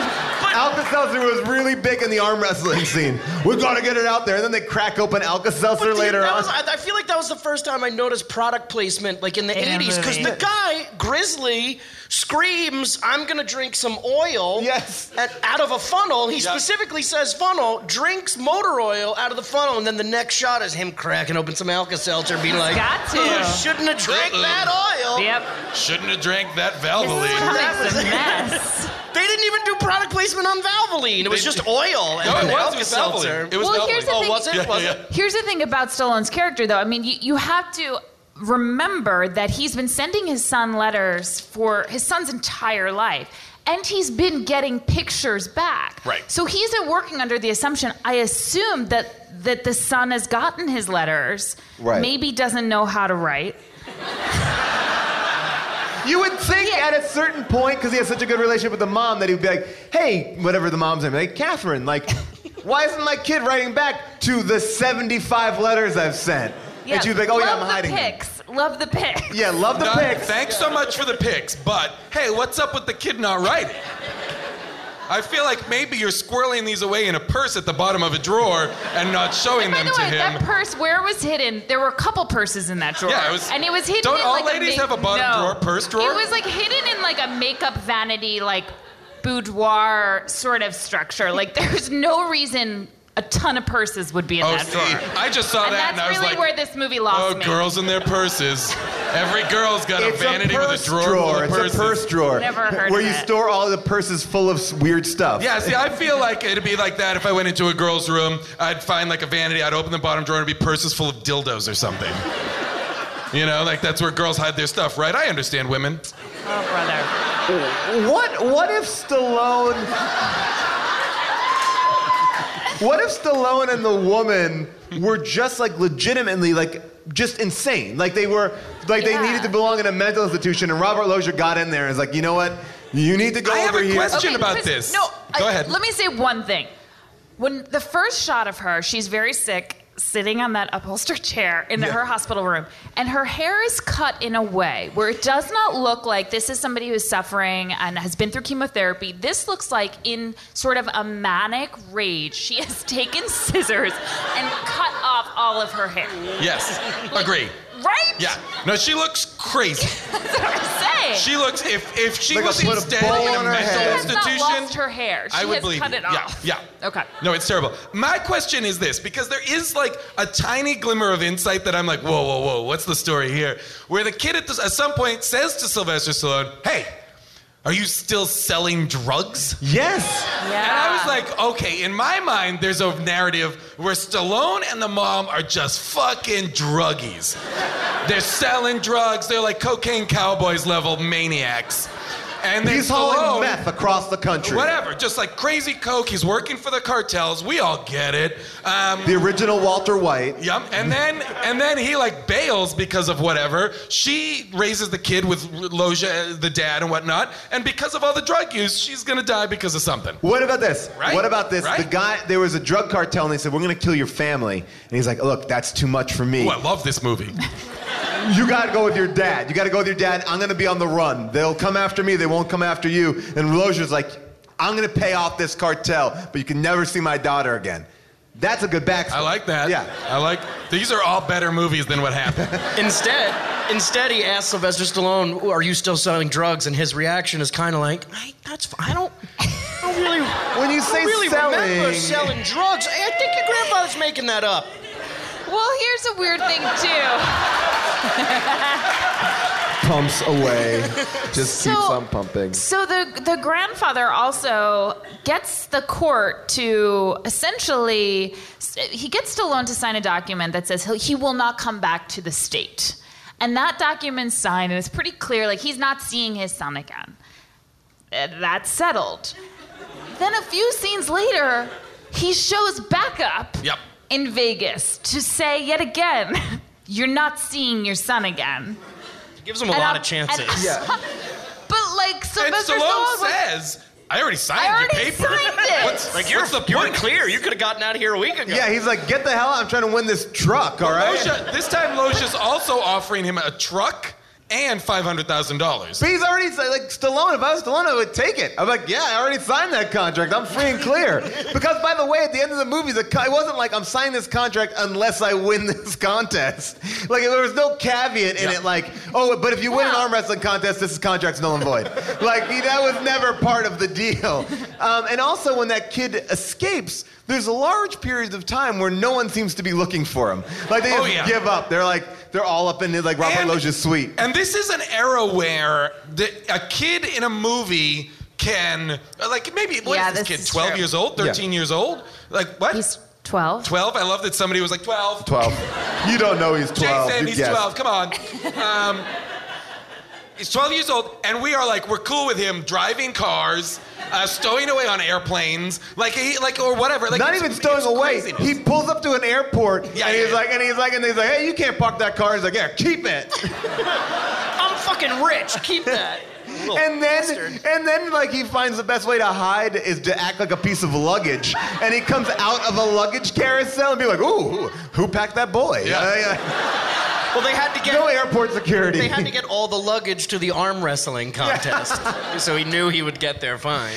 [SPEAKER 2] Alka Seltzer was really big in the arm wrestling scene. We gotta get it out there. And then they crack open Alka Seltzer
[SPEAKER 5] But dude,
[SPEAKER 2] later
[SPEAKER 5] that
[SPEAKER 2] on.
[SPEAKER 5] was- I, I feel like that was the first time I noticed product placement, like in the
[SPEAKER 6] In a
[SPEAKER 5] 80s, because
[SPEAKER 6] movie.
[SPEAKER 5] the guy, Grizzly, screams, I'm going to drink some oil
[SPEAKER 2] Yes.
[SPEAKER 5] and, out of a funnel. He specifically says funnel, drinks motor oil out of the funnel, and then the next shot is him cracking open some Alka Seltzer, being like,
[SPEAKER 6] got to.
[SPEAKER 5] "Ugh, shouldn't have drank
[SPEAKER 3] Uh-uh.
[SPEAKER 5] that oil.
[SPEAKER 6] Yep.
[SPEAKER 3] Shouldn't have drank that
[SPEAKER 6] This
[SPEAKER 3] Valvoline.
[SPEAKER 6] comic's a mess.
[SPEAKER 5] They didn't even do product placement on Valvoline. It was
[SPEAKER 3] They-
[SPEAKER 5] just oil and
[SPEAKER 3] No, it
[SPEAKER 5] then
[SPEAKER 3] was. It
[SPEAKER 5] Alka
[SPEAKER 3] was
[SPEAKER 5] Seltzer.
[SPEAKER 3] Valvoline. It was
[SPEAKER 6] Well,
[SPEAKER 3] Valvoline.
[SPEAKER 6] here's the Oh, thing- was
[SPEAKER 5] it? Was it?
[SPEAKER 6] Here's the thing about Stallone's character, though. I mean, you, you have to remember that he's been sending his son letters for his son's entire life. And he's been getting pictures back.
[SPEAKER 3] Right.
[SPEAKER 6] So he's been working under the assumption, I assume, that, that the son has gotten his letters.
[SPEAKER 2] Right.
[SPEAKER 6] Maybe doesn't know how to write.
[SPEAKER 2] You would think
[SPEAKER 6] Yeah.
[SPEAKER 2] at a certain point, because he has such a good relationship with the mom, that he'd be like, hey, whatever the mom's name, like, Catherine, like, why isn't my kid writing back to the 75 letters I've sent? And she'd be like, oh, yeah,
[SPEAKER 6] Love
[SPEAKER 2] I'm
[SPEAKER 6] the
[SPEAKER 2] hiding. them."
[SPEAKER 6] pics. Love the pics.
[SPEAKER 2] Yeah, love the
[SPEAKER 3] Not-
[SPEAKER 2] pics.
[SPEAKER 3] Thanks so much for the pics, but hey, what's up with the kid not writing? I feel like maybe you're squirreling these away in a purse at the bottom of a drawer and not showing
[SPEAKER 6] And by
[SPEAKER 3] them
[SPEAKER 6] the
[SPEAKER 3] to
[SPEAKER 6] way, that
[SPEAKER 3] him.
[SPEAKER 6] purse where it was hidden? There were a couple purses in that drawer.
[SPEAKER 3] Yeah, it was-
[SPEAKER 6] and it was hidden.
[SPEAKER 3] Don't
[SPEAKER 6] in
[SPEAKER 3] all
[SPEAKER 6] like
[SPEAKER 3] ladies
[SPEAKER 6] make-
[SPEAKER 3] have a bottom
[SPEAKER 6] no.
[SPEAKER 3] drawer, purse drawer?
[SPEAKER 6] It was like hidden in like a makeup vanity, like boudoir sort of structure. Like there's no reason a ton of purses would be in
[SPEAKER 3] Oh,
[SPEAKER 6] that
[SPEAKER 3] see,
[SPEAKER 6] drawer.
[SPEAKER 3] I just saw
[SPEAKER 6] and
[SPEAKER 3] that
[SPEAKER 6] that's
[SPEAKER 3] and I was
[SPEAKER 6] really
[SPEAKER 3] like,
[SPEAKER 6] where this movie
[SPEAKER 3] oh,
[SPEAKER 6] lost me.
[SPEAKER 3] girls in their purses. Every girl's got
[SPEAKER 2] It's
[SPEAKER 3] a vanity with a drawer, full of
[SPEAKER 2] It's
[SPEAKER 3] purses.
[SPEAKER 2] a purse drawer.
[SPEAKER 6] Never heard
[SPEAKER 2] Where
[SPEAKER 6] of
[SPEAKER 2] you
[SPEAKER 6] it.
[SPEAKER 2] store all the purses full of s- weird stuff.
[SPEAKER 3] Yeah, see, I feel like it'd be like that if I went into a girl's room. I'd find like a vanity. I'd open the bottom drawer and it'd be purses full of dildos or something. You know, like that's where girls hide their stuff, right? I understand women.
[SPEAKER 6] Oh, brother.
[SPEAKER 2] What what if Stallone What if Stallone and the woman were just like legitimately like just insane? Like they were like
[SPEAKER 6] Yeah.
[SPEAKER 2] they needed to belong in a mental institution and Robert Lozier got in there and was like, "You know what? You need to go
[SPEAKER 3] I have
[SPEAKER 2] over
[SPEAKER 3] a
[SPEAKER 2] here."
[SPEAKER 3] question. about
[SPEAKER 6] Chris,
[SPEAKER 3] this.
[SPEAKER 6] No,
[SPEAKER 3] Go
[SPEAKER 6] I-
[SPEAKER 3] ahead.
[SPEAKER 6] Let me say one thing. When the first shot of her, she's very sick, sitting on that upholstered chair in her hospital room, and her hair is cut in a way where it does not look like this is somebody who's suffering and has been through chemotherapy. This looks like, in sort of a manic rage, she has taken scissors and cut off all of her hair.
[SPEAKER 3] Yes, agree.
[SPEAKER 6] Right?
[SPEAKER 3] Yeah. No, she looks crazy.
[SPEAKER 6] That's what I'm saying.
[SPEAKER 3] She looks if if she
[SPEAKER 2] Like I
[SPEAKER 3] was
[SPEAKER 2] put a
[SPEAKER 3] instead
[SPEAKER 2] bowl
[SPEAKER 3] in a
[SPEAKER 2] on her
[SPEAKER 3] mental
[SPEAKER 2] head.
[SPEAKER 6] She has not
[SPEAKER 3] institution,
[SPEAKER 6] lost her hair.
[SPEAKER 3] I
[SPEAKER 6] She
[SPEAKER 3] would
[SPEAKER 6] has
[SPEAKER 3] believe
[SPEAKER 6] cut
[SPEAKER 3] you.
[SPEAKER 6] it
[SPEAKER 3] yeah,
[SPEAKER 6] off.
[SPEAKER 3] yeah.
[SPEAKER 6] Okay.
[SPEAKER 3] No, it's terrible. My question is this because there is like a tiny glimmer of insight that I'm like, whoa, whoa, whoa, what's the story here? Where the kid at, the, at some point says to Sylvester Stallone, "Hey, are you still selling drugs?"
[SPEAKER 2] Yes.
[SPEAKER 6] Yeah.
[SPEAKER 3] And I was like, okay, in my mind, there's a narrative where Stallone and the mom are just fucking druggies. they're selling drugs, they're like cocaine cowboys level maniacs. And then
[SPEAKER 2] He's
[SPEAKER 3] Stallone,
[SPEAKER 2] hauling meth across the country.
[SPEAKER 3] whatever, just like crazy coke. He's working for the cartels. We all get it. Um,
[SPEAKER 2] The original Walter White.
[SPEAKER 3] Yep. And then and then he like bails because of whatever. She raises the kid with Loja, the dad, and whatnot. And because of all the drug use, she's gonna die because of something.
[SPEAKER 2] What about this?
[SPEAKER 3] Right?
[SPEAKER 2] What about this?
[SPEAKER 3] Right?
[SPEAKER 2] The guy, there was a drug cartel, and they said, "We're going to kill your family." And he's like, "Look, that's too much for me."
[SPEAKER 3] Oh, I love this movie.
[SPEAKER 2] You gotta go with your dad. You gotta go with your dad. I'm gonna be on the run. They'll come after me, they won't come after you. And Rozier's like, I'm gonna pay off this cartel, but you can never see my daughter again. That's a good backstory.
[SPEAKER 3] I like that. Yeah. I like these are all better movies than what happened.
[SPEAKER 5] Instead, instead, he asks Sylvester Stallone, "Are you still selling drugs?" And his reaction is kind of like, I, "That's fi- I don't, I don't really."
[SPEAKER 2] When you
[SPEAKER 5] I
[SPEAKER 2] say
[SPEAKER 5] don't really
[SPEAKER 2] selling-
[SPEAKER 5] remember selling drugs, I think your grandfather's making that up.
[SPEAKER 6] Well, here's a weird thing too.
[SPEAKER 2] Pumps away. Just
[SPEAKER 6] So-
[SPEAKER 2] keeps on pumping.
[SPEAKER 6] so the the grandfather also gets the court to essentially he gets Stallone to sign a document that says he'll, he will not come back to the state, and that document's signed and it's pretty clear like he's not seeing his son again. Uh, That's settled. Then a few scenes later, he shows back up
[SPEAKER 3] Yep.
[SPEAKER 6] in Vegas to say yet again, you're not seeing your son again.
[SPEAKER 5] Gives him a
[SPEAKER 6] And
[SPEAKER 5] lot
[SPEAKER 6] I-
[SPEAKER 5] of chances.
[SPEAKER 6] and- But like
[SPEAKER 3] And
[SPEAKER 6] Sylvester
[SPEAKER 3] Stallone
[SPEAKER 6] was-
[SPEAKER 3] says, "I already signed
[SPEAKER 6] I
[SPEAKER 3] your
[SPEAKER 6] already
[SPEAKER 3] paper."
[SPEAKER 6] signed it.
[SPEAKER 3] What's,
[SPEAKER 5] Like you're,
[SPEAKER 3] what's the
[SPEAKER 5] you're
[SPEAKER 3] point?
[SPEAKER 5] clear. You could have gotten out of here a week ago.
[SPEAKER 2] Yeah, he's like, get the hell out. I'm trying to win this truck, all right?
[SPEAKER 3] Loja, this time Losha's also offering him a truck and five hundred thousand dollars.
[SPEAKER 2] But he's already like Stallone. If I was Stallone, I would take it. I'm like, yeah, I already signed that contract. I'm free and clear. because by the way, at the end of the movie, the co- it wasn't like I'm signing this contract unless I win this contest. Like there was no caveat in it. Like, oh, but if you win an arm wrestling contest, this contract's null and void. like that was never part of the deal. Um, and also, when that kid escapes. There's large periods of time where no one seems to be looking for him. Like they
[SPEAKER 3] Oh,
[SPEAKER 2] just
[SPEAKER 3] yeah.
[SPEAKER 2] give up. They're like they're all up in like Robert
[SPEAKER 3] And-
[SPEAKER 2] Loggia's suite.
[SPEAKER 3] And this is an era where the, a kid in a movie can, like, maybe, what is
[SPEAKER 6] Yeah,
[SPEAKER 3] this,
[SPEAKER 6] this
[SPEAKER 3] kid?
[SPEAKER 6] is
[SPEAKER 3] 12
[SPEAKER 6] true.
[SPEAKER 3] years old?
[SPEAKER 2] Yeah.
[SPEAKER 3] 13 years old? Like, what?
[SPEAKER 6] He's 12.
[SPEAKER 3] 12? I love that somebody was like, 12.
[SPEAKER 2] 12. You don't know he's 12.
[SPEAKER 3] Jason,
[SPEAKER 2] you
[SPEAKER 3] he's
[SPEAKER 2] guessed.
[SPEAKER 3] 12. Come on. Um, he's 12 years old, and we are like, we're cool with him driving cars, uh, stowing away on airplanes, like, he, like or whatever. Like,
[SPEAKER 2] Not
[SPEAKER 3] it's-
[SPEAKER 2] even stowing
[SPEAKER 3] it's
[SPEAKER 2] away.
[SPEAKER 3] craziness.
[SPEAKER 2] He pulls up to an airport
[SPEAKER 3] Yeah,
[SPEAKER 2] and
[SPEAKER 3] yeah,
[SPEAKER 2] he's
[SPEAKER 3] yeah.
[SPEAKER 2] like, and he's like, and he's like, hey, you can't park that car. He's like, yeah, keep it.
[SPEAKER 5] I'm fucking rich. Keep that. Little
[SPEAKER 2] and then,
[SPEAKER 5] bastard.
[SPEAKER 2] and then, like, he finds the best way to hide is to act like a piece of luggage. And he comes out of a luggage carousel and be like, ooh, who- who packed that boy?
[SPEAKER 3] Yeah.
[SPEAKER 2] Uh, yeah.
[SPEAKER 5] well, they had to get
[SPEAKER 2] No airport security.
[SPEAKER 5] They had to get all the luggage to the arm wrestling contest. so he knew he would get there fine.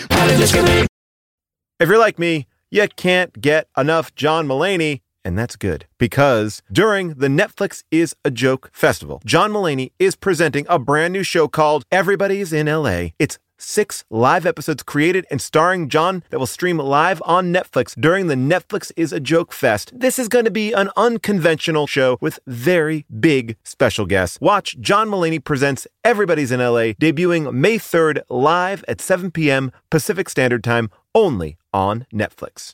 [SPEAKER 1] If you're like me, you can't get enough John Mullaney, and that's good because during the Netflix is a Joke Festival, John Mullaney is presenting a brand new show called Everybody's in LA. It's six live episodes created and starring John that will stream live on Netflix during the Netflix is a Joke Fest. This is going to be an unconventional show with very big special guests. Watch John Mullaney presents Everybody's in LA, debuting May 3rd live at 7 p.m. Pacific Standard Time only on Netflix.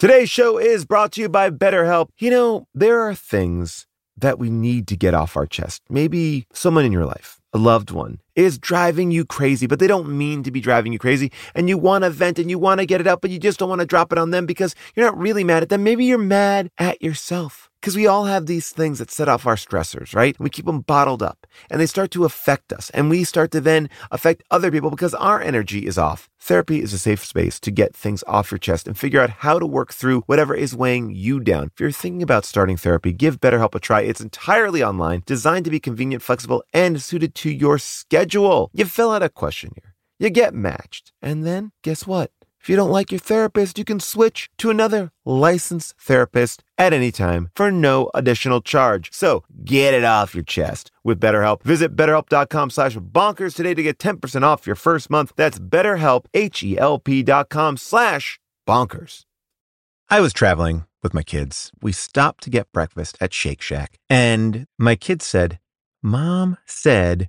[SPEAKER 1] Today's show is brought to you by BetterHelp. You know, there are things that we need to get off our chest. Maybe someone in your life, a loved one, is driving you crazy, but they don't mean to be driving you crazy. And you want to vent and you want to get it out, but you just don't want to drop it on them because you're not really mad at them. Maybe you're mad at yourself. Because we all have these things that set off our stressors, right? We keep them bottled up and they start to affect us. And we start to then affect other people because our energy is off. Therapy is a safe space to get things off your chest and figure out how to work through whatever is weighing you down. If you're thinking about starting therapy, give BetterHelp a try. It's entirely online, designed to be convenient, flexible, and suited to your schedule. You fill out a questionnaire, you get matched, and then guess what? If you don't like your therapist, you can switch to another licensed therapist at any time for no additional charge. So get it off your chest with BetterHelp. Visit betterhelp.com slash bonkers today to get 10% off your first month. That's betterhelp, H-E-L-P dot com slash bonkers. I was traveling with my kids. We stopped to get breakfast at Shake Shack and my kids said, Mom said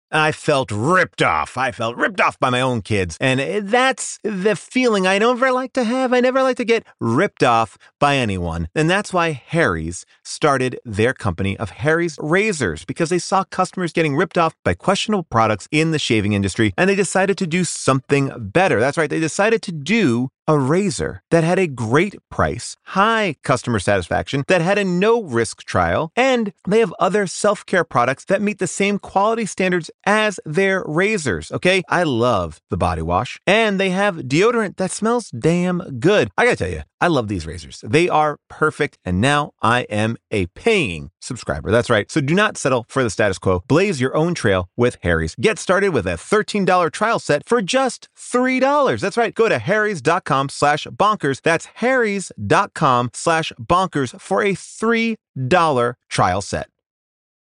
[SPEAKER 1] I felt ripped off. I felt ripped off by my own kids. And eh, that's the feeling I never like to have. I never like to get ripped off by anyone. And that's why Harry's started their company of Harry's razors because they saw customers getting ripped off by questionable products in the shaving industry and they decided to do something better. That's right. They decided to do a razor that had a great price, high customer satisfaction, that had a no risk trial, and they have other self care products that meet the same quality standards as their razors. Okay, I love the body wash, and they have deodorant that smells damn good. I gotta tell you, I love these razors. They are perfect, and now I am a paying subscriber. That's right. So do not settle for the status quo. Blaze your own trail with Harry's. Get started with a $13 trial set for just $3. That's right. Go to harrys.com slash bonkers. That's harrys.com slash bonkers for a $3 trial set.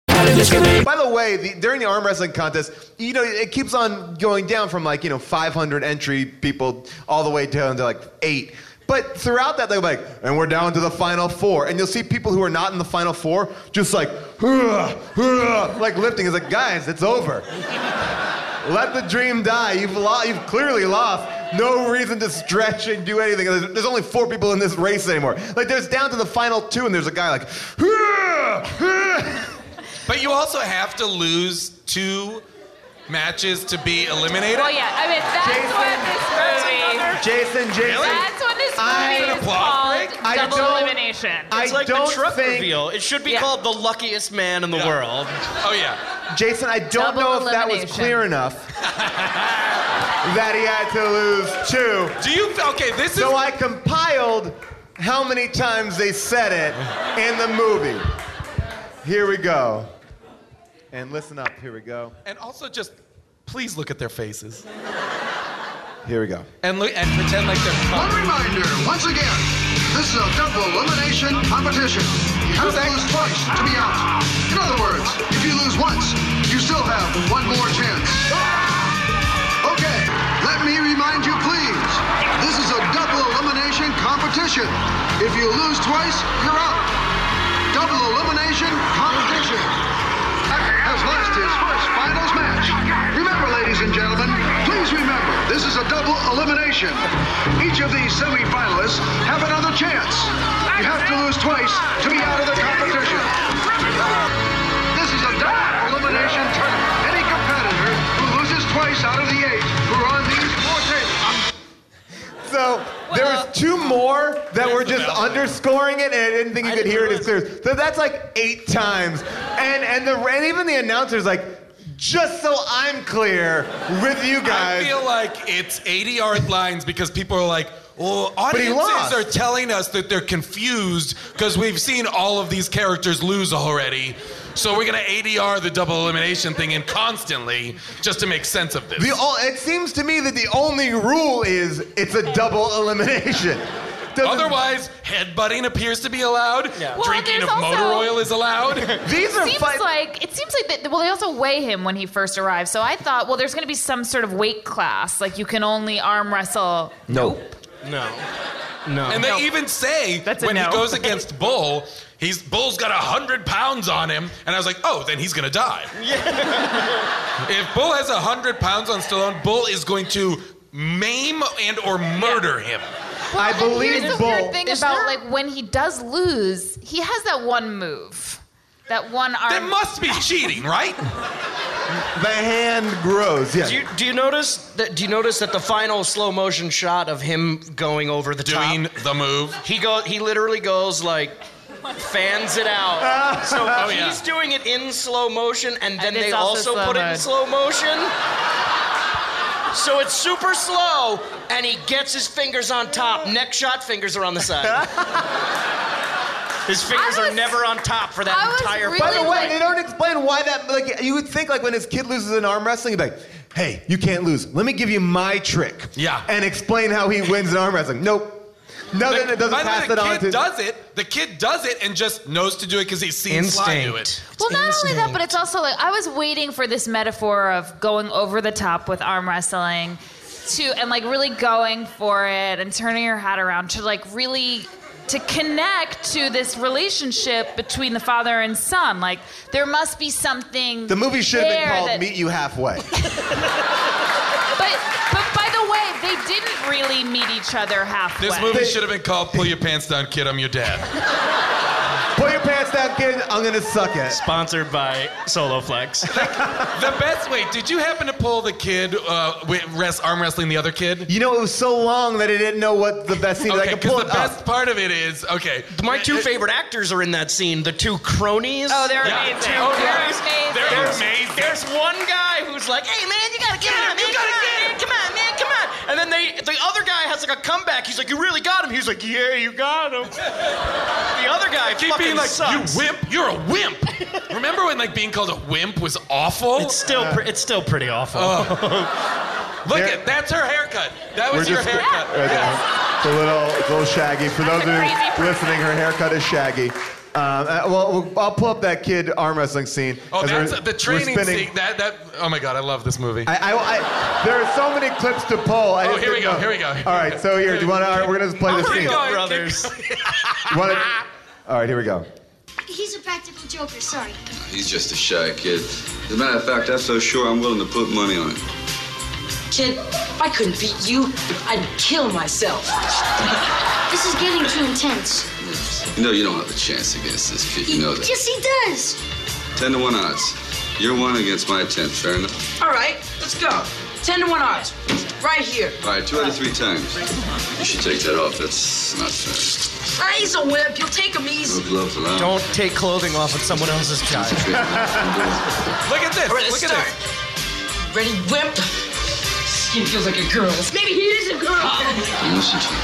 [SPEAKER 2] By the way, the, during the arm wrestling contest, you know, it keeps on going down from like, you know, 500 entry people all the way down to like eight. But throughout that, they're like, and we're down to the final four. And you'll see people who are not in the final four just like, "Hurrah, hurrah," like lifting. It's like, guys, it's over. Let the dream die. You've, lo- you've clearly lost. No reason to stretch and do anything. There's, there's only four people in this race anymore. Like, there's down to the final two, and there's a guy like, "Hurrah, hurrah."
[SPEAKER 3] But you also have to lose two matches to be eliminated.
[SPEAKER 6] Well, Oh, yeah. I mean, that's what this movie.
[SPEAKER 2] Jason, Jason.
[SPEAKER 6] That's what this
[SPEAKER 2] I-
[SPEAKER 6] movie is
[SPEAKER 5] Applause
[SPEAKER 6] called.
[SPEAKER 5] I
[SPEAKER 6] double
[SPEAKER 5] don't-
[SPEAKER 6] elimination.
[SPEAKER 2] I
[SPEAKER 5] It's like
[SPEAKER 2] don't
[SPEAKER 5] the truck
[SPEAKER 2] think-
[SPEAKER 5] reveal. It should be
[SPEAKER 6] Yeah.
[SPEAKER 5] called the luckiest man in the world.
[SPEAKER 3] Oh yeah.
[SPEAKER 2] Jason, I don't
[SPEAKER 6] Double
[SPEAKER 2] know if that was
[SPEAKER 6] elimination.
[SPEAKER 2] clear enough that he had to lose two.
[SPEAKER 3] Do you okay? This is
[SPEAKER 2] So I compiled how many times they said it in the movie. Here we go. And listen up. Here we go.
[SPEAKER 3] and also just please look at their faces
[SPEAKER 2] Here we go.
[SPEAKER 3] and look and pretend like they're.
[SPEAKER 7] One
[SPEAKER 3] Fun.
[SPEAKER 7] reminder, once again, this is a double elimination competition. You have to lose twice to be out. In other words, if you lose once, you still have one more chance. Okay, let me remind you, please. This is a double elimination competition. If you lose twice, you're out. Double elimination competition. Has lost his first finals match. Remember, ladies and gentlemen, please remember this is a double elimination. Each of these semifinalists have another chance. You have to lose twice to be out of the competition. This is a double elimination tournament. Any competitor who loses twice out of the eight who are on these four tables.
[SPEAKER 2] So there was two more that were just underscoring it, and I didn't think you could hear it as clear. So that's like eight times, and and the and even the announcer's like, just so I'm clear with you
[SPEAKER 3] I
[SPEAKER 2] guys.
[SPEAKER 3] feel like it's 80 yard lines because people are like, well,
[SPEAKER 2] he
[SPEAKER 3] audiences
[SPEAKER 2] lost.
[SPEAKER 3] are telling us that they're confused because we've seen all of these characters lose already. So we're going to ADR the double elimination thing in constantly just to make sense of this.
[SPEAKER 2] The all, it seems to me that the only rule is it's a double elimination. Doesn't-
[SPEAKER 3] Otherwise, headbutting appears to be allowed.
[SPEAKER 6] Well,
[SPEAKER 3] Drinking
[SPEAKER 6] there's
[SPEAKER 3] of motor
[SPEAKER 6] also-
[SPEAKER 3] oil is allowed.
[SPEAKER 2] these are
[SPEAKER 6] seems
[SPEAKER 2] fight-
[SPEAKER 6] like it seems like that. Well, they also weigh him when he first arrives. So I thought, well, there's going to be some sort of weight class, like you can only arm wrestle.
[SPEAKER 1] Nope.
[SPEAKER 5] No. No.
[SPEAKER 3] And they even say
[SPEAKER 6] Uh, That's a
[SPEAKER 3] when he
[SPEAKER 6] no.
[SPEAKER 3] goes against Bull, he's Bull's got a hundred pounds on him, and I was like, oh, then he's gonna die. if Bull has a hundred pounds on Stallone, Bull is going to maim and or murder him.
[SPEAKER 2] I believe
[SPEAKER 6] Here's the
[SPEAKER 2] Bull.
[SPEAKER 6] weird thing about like when he does lose, he has that one move, that one arm.
[SPEAKER 3] That must be cheating, right?
[SPEAKER 2] The hand grows. Yeah.
[SPEAKER 5] Do you, do you notice that? Do you notice that the final slow motion shot of him going over the
[SPEAKER 3] Doing
[SPEAKER 5] top?
[SPEAKER 3] the move.
[SPEAKER 5] He goes. He literally goes like, fans it out. So
[SPEAKER 3] yeah.
[SPEAKER 5] he's doing it in slow motion, and then
[SPEAKER 6] And
[SPEAKER 5] they
[SPEAKER 6] it's also
[SPEAKER 5] also put it in slow
[SPEAKER 6] slow-mo.
[SPEAKER 5] motion. So it's super slow, and he gets his fingers on top. Neck shot, fingers are on the side. His fingers
[SPEAKER 6] I
[SPEAKER 5] are
[SPEAKER 6] was-
[SPEAKER 5] never on top for that
[SPEAKER 6] I was
[SPEAKER 5] entire.
[SPEAKER 6] really-
[SPEAKER 2] By the way,
[SPEAKER 6] like-
[SPEAKER 2] they don't explain why that. Like you would think, like when his kid loses in arm wrestling, he'd be like, "Hey, you can't lose. Let me give you my trick."
[SPEAKER 3] Yeah.
[SPEAKER 2] And explain how he wins in arm wrestling. Nope. Nothing.
[SPEAKER 3] The-
[SPEAKER 2] Oh, it doesn't
[SPEAKER 3] by the way,
[SPEAKER 2] pass
[SPEAKER 3] the
[SPEAKER 2] it on
[SPEAKER 3] kid
[SPEAKER 2] to.
[SPEAKER 3] does it. The kid does it and just knows to do it because he's seen Sly do it.
[SPEAKER 6] Well, not only that, but it's also like I was waiting for this metaphor of going over the top with arm wrestling to and like really going for it and turning your hat around to like really to connect to this relationship between the father and son. Like there must be something
[SPEAKER 2] The movie should have been
[SPEAKER 6] there
[SPEAKER 2] called
[SPEAKER 6] that-
[SPEAKER 2] "Meet You Halfway."
[SPEAKER 6] But but by the way, they didn't really meet each other halfway.
[SPEAKER 3] This movie should have been called "Pull Your Pants Down, Kid. I'm Your Dad."
[SPEAKER 2] Pull your pants down, kid. I'm gonna suck it.
[SPEAKER 5] Sponsored by Solo Flex.
[SPEAKER 3] The best. Wait, did you happen to pull the kid uh, wi- rest, arm wrestling the other kid?
[SPEAKER 2] You know, it was so long that I didn't know what the best scene. I
[SPEAKER 3] Okay,
[SPEAKER 2] could pull
[SPEAKER 3] because
[SPEAKER 2] it
[SPEAKER 3] the
[SPEAKER 2] up.
[SPEAKER 3] best part of it is okay.
[SPEAKER 5] My two favorite actors are in that scene. The two cronies.
[SPEAKER 4] Oh, they're
[SPEAKER 5] Yeah.
[SPEAKER 4] amazing.
[SPEAKER 5] Two
[SPEAKER 4] Oh, they're
[SPEAKER 5] cronies.
[SPEAKER 4] amazing.
[SPEAKER 5] They're
[SPEAKER 4] They're
[SPEAKER 5] amazing. There's one guy who's like, "Hey man, you gotta get him. man.
[SPEAKER 4] you gotta
[SPEAKER 5] come
[SPEAKER 4] get
[SPEAKER 5] on, man. Come on, man. Come on." And then they, the other guy has like a comeback. He's like, "You really got him." He's like, "Yeah, you got him." the other guy
[SPEAKER 3] Keep
[SPEAKER 5] fucking
[SPEAKER 3] being like
[SPEAKER 5] sucks.
[SPEAKER 3] you wimp. You're a wimp. Remember when like being called a wimp was awful?
[SPEAKER 5] It's still, pre- it's still pretty awful.
[SPEAKER 3] Oh. Look at that's her haircut. That was
[SPEAKER 11] We're
[SPEAKER 3] your
[SPEAKER 11] just-
[SPEAKER 3] haircut.
[SPEAKER 11] Right there. It's a little, it's a little shaggy. For those
[SPEAKER 4] That's a crazy
[SPEAKER 11] who
[SPEAKER 4] person.
[SPEAKER 11] are
[SPEAKER 2] listening, her haircut is shaggy. Um, uh, well, we'll- I'll pull up that kid arm wrestling scene.
[SPEAKER 3] Oh,
[SPEAKER 2] as we're-
[SPEAKER 3] that's the
[SPEAKER 2] we're
[SPEAKER 3] training
[SPEAKER 2] spinning.
[SPEAKER 3] scene. That that. Oh my god, I love this movie.
[SPEAKER 2] I, I, I, there are so many clips to pull. I
[SPEAKER 3] Oh,
[SPEAKER 2] just
[SPEAKER 3] here we
[SPEAKER 2] didn't
[SPEAKER 3] go, here we go.
[SPEAKER 2] All right, so here, do you want to? We're gonna play the
[SPEAKER 3] Keep
[SPEAKER 2] scene.
[SPEAKER 3] going, keep
[SPEAKER 5] Brothers.
[SPEAKER 3] going.
[SPEAKER 2] You wanna- all right, here we go.
[SPEAKER 12] He's a practical joker, sorry.
[SPEAKER 9] He's just a shy kid. As a matter of fact, I'm so sure I'm willing to put money on it.
[SPEAKER 13] Kid, if I couldn't beat you, I'd kill myself.
[SPEAKER 12] This is getting too intense.
[SPEAKER 9] You know you don't have a chance against this kid. You know that.
[SPEAKER 12] Yes, he does.
[SPEAKER 9] Ten to one odds. You're one against my ten. Fair enough.
[SPEAKER 13] All right, let's go. 10 to 1 odds. Right here.
[SPEAKER 9] All right, two out of three times. You should take that off. That's not fair.
[SPEAKER 13] Ah, he's a wimp. You'll take him easy.
[SPEAKER 9] No gloves allowed.
[SPEAKER 5] Don't take clothing off of someone else's child.
[SPEAKER 3] Look at this.
[SPEAKER 13] All right, let's
[SPEAKER 3] Look at
[SPEAKER 13] start.
[SPEAKER 3] this.
[SPEAKER 13] Ready, wimp? Skin feels like a girl's. Maybe he is a girl.
[SPEAKER 9] Listen to me.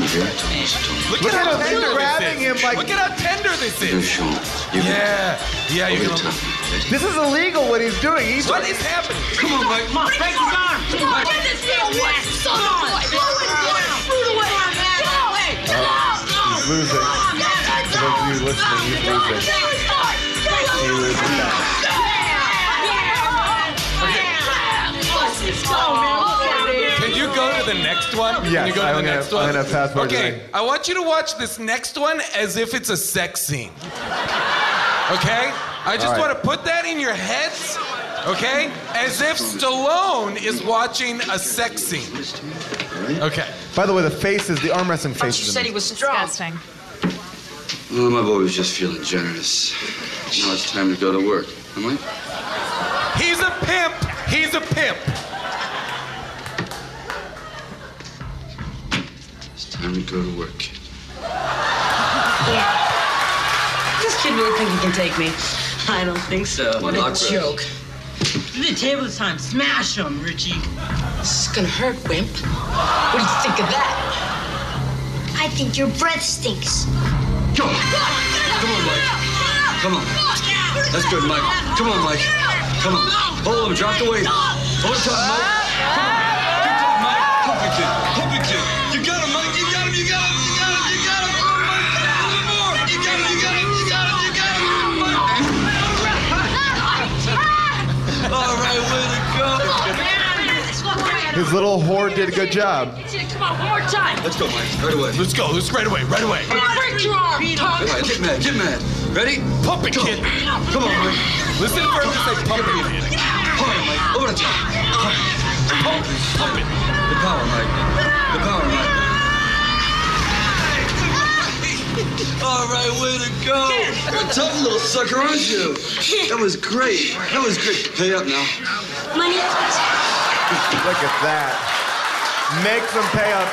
[SPEAKER 9] You hear it? Listen to me.
[SPEAKER 3] Look,
[SPEAKER 2] Look
[SPEAKER 3] at
[SPEAKER 2] at
[SPEAKER 3] how
[SPEAKER 2] him
[SPEAKER 3] tender
[SPEAKER 2] grabbing
[SPEAKER 3] this is.
[SPEAKER 2] him like-
[SPEAKER 3] Look at how tender this
[SPEAKER 9] You're
[SPEAKER 3] is.
[SPEAKER 9] showing. You're
[SPEAKER 3] Yeah. Yeah. You're
[SPEAKER 9] Over the
[SPEAKER 3] gonna.
[SPEAKER 9] top.
[SPEAKER 2] This is illegal. What he's doing. He's
[SPEAKER 3] What is happening?
[SPEAKER 9] Come on, Mike.
[SPEAKER 13] Come on, break his arm. Come on, get this little wimp. Son of a boy. Blow his down. Shoot away. Go away.
[SPEAKER 2] he's losing. For those of you listening, he's losing. He loses that.
[SPEAKER 3] Can you go to the next one? Can
[SPEAKER 2] Yes,
[SPEAKER 3] you go to
[SPEAKER 2] I'm
[SPEAKER 3] the
[SPEAKER 2] gonna-
[SPEAKER 3] next one?
[SPEAKER 2] I'm gonna fast forward to the
[SPEAKER 3] Okay,
[SPEAKER 2] next.
[SPEAKER 3] I want you to watch this next one as if it's a sex scene. Okay? I just
[SPEAKER 2] All right.
[SPEAKER 3] want to put that in your heads, okay? As if Stallone is watching a sex scene. Okay.
[SPEAKER 2] By the way, the faces, the arm
[SPEAKER 3] Oh,
[SPEAKER 2] wrestling
[SPEAKER 13] But you
[SPEAKER 2] faces. in
[SPEAKER 13] said he
[SPEAKER 2] this.
[SPEAKER 13] was strong.
[SPEAKER 6] Disgusting.
[SPEAKER 9] Well, my boy was just feeling generous. Now it's time to go to work. Am I?
[SPEAKER 3] He's a pimp. He's a pimp.
[SPEAKER 9] It's time to go to work, kid.
[SPEAKER 13] This kid really think he can take me. I don't think so.
[SPEAKER 9] Well,
[SPEAKER 13] What
[SPEAKER 9] not
[SPEAKER 13] a
[SPEAKER 9] really.
[SPEAKER 13] joke. The table is time. Smash him, Richie. This is gonna hurt, wimp. What do you think of that?
[SPEAKER 12] I think your breath stinks.
[SPEAKER 9] Come on. Come on, Mike. Come on. That's good, Mike. Come on, Mike. Come on. Hold him. Drop the weight. Hold it top, Mike. Come on. Good job, Mike. Help the kid. Help the kid. You got him, Mike. You got him. You got him. You got him. You got him. Come on, Mike. Come on, a little more. You got him. You got him. You got him. You got him. Mike. All right, way to go.
[SPEAKER 2] His little whore did a good job.
[SPEAKER 13] Come on, one more time.
[SPEAKER 9] Let's go, Mike. Right away.
[SPEAKER 3] Let's go. Let's right away. Right away.
[SPEAKER 13] Break your arm, punk.
[SPEAKER 9] All right, get mad. Get mad. Ready?
[SPEAKER 3] Pump it,
[SPEAKER 9] Go.
[SPEAKER 3] kid.
[SPEAKER 9] Come on, Mike.
[SPEAKER 3] Listen for him to say pump it, idiot.
[SPEAKER 9] Hold it, Mike. Over the top. Pump it. Pump it. The power, Mike. The power, Mike. All right, way to go. You're a tough little sucker, aren't you? That was great. That was great. Pay up now.
[SPEAKER 12] Money?
[SPEAKER 2] Look at that. Make them pay up.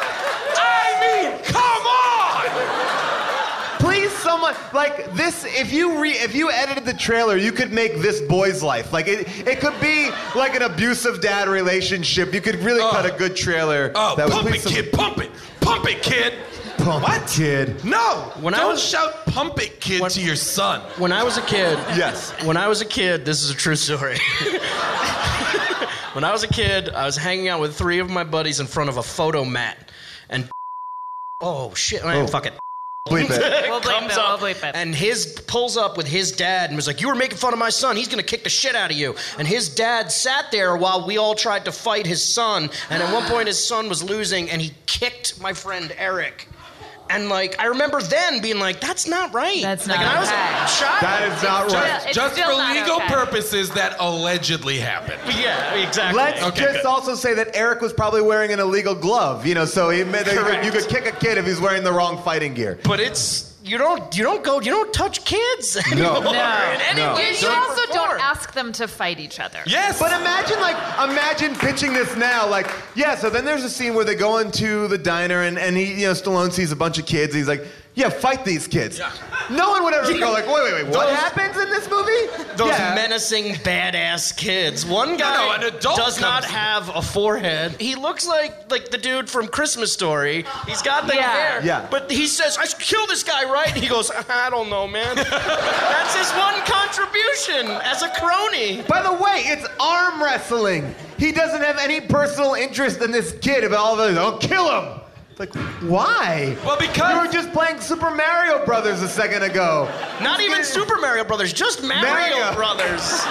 [SPEAKER 3] I mean, come on.
[SPEAKER 2] Please, someone like this. If you re, if you edited the trailer, you could make this boy's life. Like it, it could be like an abusive dad relationship. You could really
[SPEAKER 3] Oh.
[SPEAKER 2] cut a good trailer.
[SPEAKER 3] Oh,
[SPEAKER 2] that
[SPEAKER 3] pump it,
[SPEAKER 2] please, some-
[SPEAKER 3] kid. Pump it. Pump it, kid.
[SPEAKER 2] Pump
[SPEAKER 3] What?
[SPEAKER 2] it, kid.
[SPEAKER 3] No!
[SPEAKER 5] When I
[SPEAKER 3] don't
[SPEAKER 5] was-
[SPEAKER 3] shout pump it kid
[SPEAKER 5] When-
[SPEAKER 3] to your son.
[SPEAKER 5] When I was a kid,
[SPEAKER 2] Yes.
[SPEAKER 5] When I was a kid, this is a true story. when I was a kid, I was hanging out with three of my buddies in front of a photo mat, and oh shit, man, fuck it.
[SPEAKER 2] Bleep it.
[SPEAKER 4] We'll bleep
[SPEAKER 5] comes
[SPEAKER 4] it,
[SPEAKER 5] up
[SPEAKER 4] we'll bleep it.
[SPEAKER 5] and his pulls up with his dad and was like, "You were making fun of my son. He's gonna kick the shit out of you." And his dad sat there while we all tried to fight his son. And at one point, his son was losing, and he kicked my friend Eric. And like I remember then being like, that's not right. That's like,
[SPEAKER 3] not
[SPEAKER 5] and I was
[SPEAKER 3] okay.
[SPEAKER 5] a child.
[SPEAKER 3] That is not It's right. still- it's
[SPEAKER 5] Just
[SPEAKER 3] still
[SPEAKER 5] for
[SPEAKER 3] not
[SPEAKER 5] legal
[SPEAKER 3] okay.
[SPEAKER 5] purposes, that
[SPEAKER 3] Allegedly happened.
[SPEAKER 5] Yeah, exactly.
[SPEAKER 2] Let's just also say that Eric was probably wearing an illegal glove, you know, so he made, you, could, you could kick a kid if he's wearing the wrong fighting gear.
[SPEAKER 5] But it's you don't you don't go you don't touch kids
[SPEAKER 2] No.
[SPEAKER 5] anymore.
[SPEAKER 2] No.
[SPEAKER 5] in any
[SPEAKER 2] No.
[SPEAKER 5] way,
[SPEAKER 6] You, you
[SPEAKER 5] shape, or
[SPEAKER 6] also don't ask them to fight each other.
[SPEAKER 2] But imagine like imagine pitching this now. Like, yeah, so then there's a scene where they go into the diner and, and he, you know, Stallone sees a bunch of kids. he's like, yeah, fight these kids. No one would ever go like, wait, wait, wait, what
[SPEAKER 5] Those-
[SPEAKER 2] happens in this movie?
[SPEAKER 5] Those
[SPEAKER 2] Yeah.
[SPEAKER 5] menacing badass kids. One guy
[SPEAKER 2] no, an adult
[SPEAKER 5] does not
[SPEAKER 2] comes-
[SPEAKER 5] have a forehead. He looks like like the dude from Christmas Story. He's got the
[SPEAKER 9] Yeah.
[SPEAKER 5] hair.
[SPEAKER 9] Yeah.
[SPEAKER 5] But he says, "I should kill this guy, right?" And he goes, "I don't know, man." That's his one contribution as a crony.
[SPEAKER 2] By the way, it's arm wrestling. He doesn't have any personal interest in this kid about all of this. Oh, kill him! It's Like, why? Well, because you were just playing Super Mario Brothers a second ago.
[SPEAKER 5] Not even Super Mario Brothers, just Mario,
[SPEAKER 2] Mario.
[SPEAKER 5] Brothers.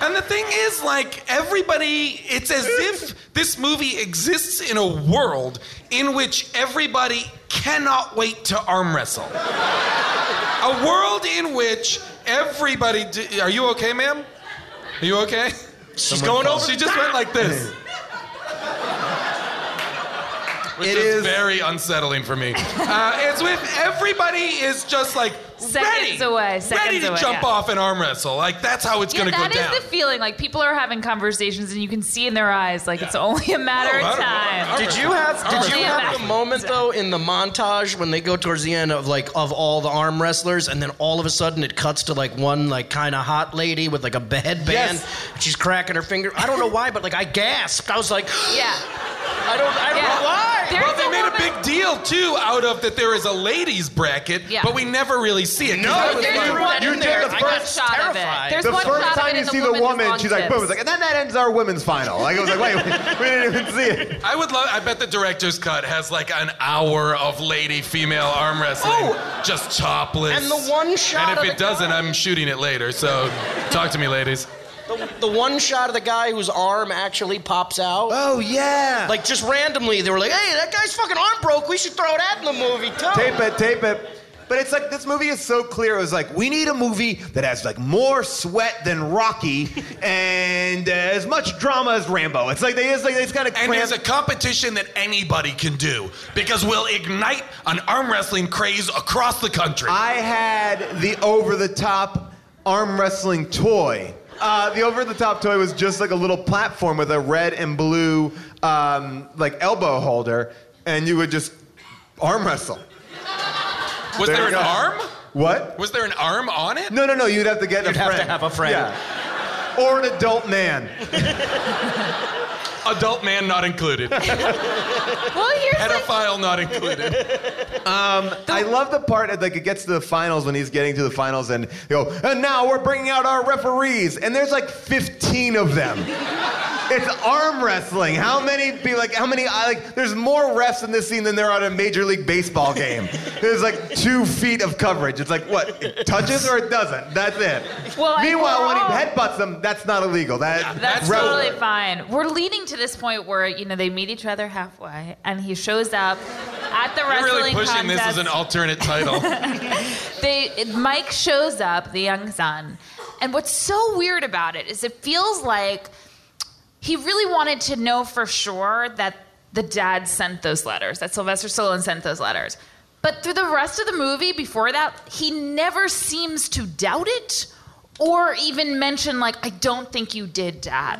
[SPEAKER 3] And the thing is, like, everybody, it's as if this movie exists in a world in which everybody cannot wait to arm wrestle. a world in which everybody. d are you okay, ma'am? Are you okay?
[SPEAKER 5] She's
[SPEAKER 9] going over
[SPEAKER 3] She
[SPEAKER 9] the
[SPEAKER 3] just
[SPEAKER 9] top.
[SPEAKER 3] went like this. Which
[SPEAKER 2] is
[SPEAKER 3] very unsettling for me. Uh, it's with everybody is just like
[SPEAKER 6] Seconds
[SPEAKER 3] ready,
[SPEAKER 6] away,
[SPEAKER 3] ready
[SPEAKER 6] seconds
[SPEAKER 3] to
[SPEAKER 6] away,
[SPEAKER 3] jump
[SPEAKER 6] yeah.
[SPEAKER 3] off an arm wrestle. Like that's how it's
[SPEAKER 6] yeah,
[SPEAKER 3] gonna go
[SPEAKER 6] that is
[SPEAKER 3] down.
[SPEAKER 6] the feeling. Like people are having conversations, and you can see in their eyes, like it's only a matter
[SPEAKER 5] Oh, I
[SPEAKER 6] of
[SPEAKER 5] don't know.
[SPEAKER 6] time.
[SPEAKER 5] Did you have did you
[SPEAKER 6] Only a
[SPEAKER 5] have
[SPEAKER 6] matter-
[SPEAKER 5] the moment though in the montage when they go towards the end of like of all the arm wrestlers and then all of a sudden it cuts to like one like kind of hot lady with like a b- headband. She's cracking her finger. I don't know why, but like I gasped. I was like,
[SPEAKER 6] Yeah.
[SPEAKER 5] I don't I don't know why.
[SPEAKER 3] well, they made a big deal too out of that there is a ladies bracket,
[SPEAKER 6] Yeah.
[SPEAKER 3] but we never really see it. 'cause
[SPEAKER 5] No,
[SPEAKER 3] that was
[SPEAKER 5] there's
[SPEAKER 3] fun.
[SPEAKER 5] one in there. I got shot of it. There's
[SPEAKER 2] the
[SPEAKER 5] one
[SPEAKER 2] first
[SPEAKER 5] shot of
[SPEAKER 2] time
[SPEAKER 5] it
[SPEAKER 2] you
[SPEAKER 5] in the
[SPEAKER 2] see the
[SPEAKER 5] woman with
[SPEAKER 2] woman,
[SPEAKER 5] long
[SPEAKER 2] she's like,
[SPEAKER 5] tips.
[SPEAKER 2] boom. It's like, and then that ends our women's final. Like, it was like, wait, we didn't even see it.
[SPEAKER 3] I would love. I bet the director's cut has like an hour of lady female arm wrestling, just topless.
[SPEAKER 5] And the one shot
[SPEAKER 3] Oh. And
[SPEAKER 5] of
[SPEAKER 3] if it
[SPEAKER 5] the
[SPEAKER 3] doesn't, I'm shooting it later. So talk to me, ladies.
[SPEAKER 5] The, the one shot of the guy whose arm actually pops out.
[SPEAKER 2] Oh yeah.
[SPEAKER 5] Like just randomly, they were like, "Hey, that guy's fucking arm broke. We should throw that in the movie too."
[SPEAKER 2] Tape it, tape it. But it's like this movie is so clear. It was like we need a movie that has like more sweat than Rocky and uh, as much drama as Rambo. It's like they just like they just kind of
[SPEAKER 3] And it's a competition that anybody can do because we'll ignite an arm wrestling craze across the country.
[SPEAKER 2] I had the over the top arm wrestling toy. Uh, the over the top toy was just like a little platform with a red and blue um, like elbow holder, and you would just arm wrestle.
[SPEAKER 3] Was
[SPEAKER 2] There
[SPEAKER 3] there,
[SPEAKER 2] you
[SPEAKER 3] an
[SPEAKER 2] go.
[SPEAKER 3] arm?
[SPEAKER 2] What?
[SPEAKER 3] Was there an arm on it?
[SPEAKER 2] No, no, no. You'd have to get
[SPEAKER 3] You'd
[SPEAKER 2] a
[SPEAKER 3] have
[SPEAKER 2] friend.
[SPEAKER 3] to have a friend.
[SPEAKER 2] Yeah. Or an adult man.
[SPEAKER 3] Adult man not included.
[SPEAKER 6] well, here's
[SPEAKER 3] Pedophile not included.
[SPEAKER 2] Um, I love the part that like it gets to the finals when he's getting to the finals and they go, and now we're bringing out our referees, and there's like 15 of them. it's arm wrestling. How many be like how many I like there's more refs in this scene than there are at a major league baseball game. there's like two feet of coverage. It's like what? It touches or it doesn't. That's it.
[SPEAKER 6] Well, I-
[SPEAKER 2] Meanwhile, when he
[SPEAKER 6] we're all-
[SPEAKER 2] headbutts them, that's not illegal. That
[SPEAKER 6] That's
[SPEAKER 2] rel-
[SPEAKER 6] totally fine. We're leading to this point where you know they meet each other halfway, and he shows up at the
[SPEAKER 3] You're
[SPEAKER 6] wrestling
[SPEAKER 3] really pushing
[SPEAKER 6] contest.
[SPEAKER 3] this as an alternate title.
[SPEAKER 6] they Mike shows up, the young son, and what's so weird about it is it feels like he really wanted to know for sure that the dad sent those letters, that Sylvester Stallone sent those letters. But through the rest of the movie, before that, he never seems to doubt it or even mention like, "I don't think you did, Dad."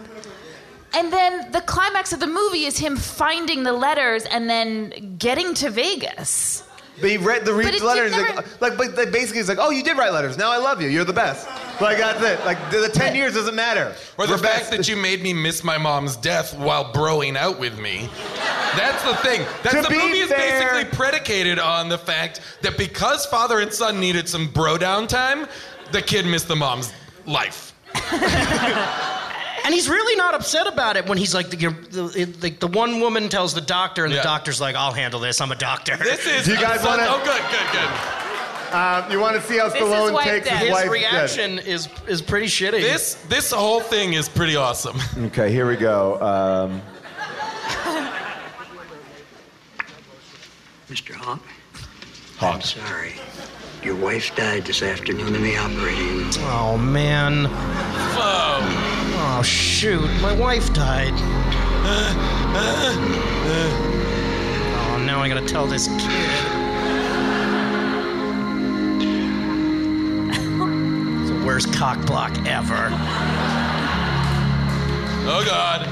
[SPEAKER 6] And then the climax of the movie is him finding the letters and then getting to Vegas.
[SPEAKER 2] They read the
[SPEAKER 6] But
[SPEAKER 2] read
[SPEAKER 6] it
[SPEAKER 2] letters
[SPEAKER 6] did
[SPEAKER 2] like, uh, like but they basically it's like oh you did write letters now I love you you're the best like that's it like the, the ten years doesn't matter
[SPEAKER 3] Or the fact that you made me miss my mom's death while broing out with me. That's the thing. That's
[SPEAKER 2] To
[SPEAKER 3] the
[SPEAKER 2] be
[SPEAKER 3] movie
[SPEAKER 2] fair-
[SPEAKER 3] is basically predicated on the fact that because father and son needed some bro down time, the kid missed the mom's life.
[SPEAKER 5] And he's really not upset about it when he's like the, you're- the, it- like the one woman tells the doctor, and the doctor's like, "I'll handle this. I'm a doctor." This
[SPEAKER 3] is
[SPEAKER 2] Do you guys wanna-
[SPEAKER 3] Oh, good, good, good.
[SPEAKER 2] um, you want to see how Stallone takes his
[SPEAKER 5] His
[SPEAKER 2] wife's
[SPEAKER 5] reaction is is pretty shitty.
[SPEAKER 3] This this whole thing is pretty awesome.
[SPEAKER 2] death. Okay, here we go. Um,
[SPEAKER 14] Mr. Hawk? Hawk. I'm sorry. Your wife died this afternoon in the operating room.
[SPEAKER 5] Oh, man. Oh, shoot. My wife died. Oh, now I gotta tell this kid. It's the worst cock block ever.
[SPEAKER 3] Oh God.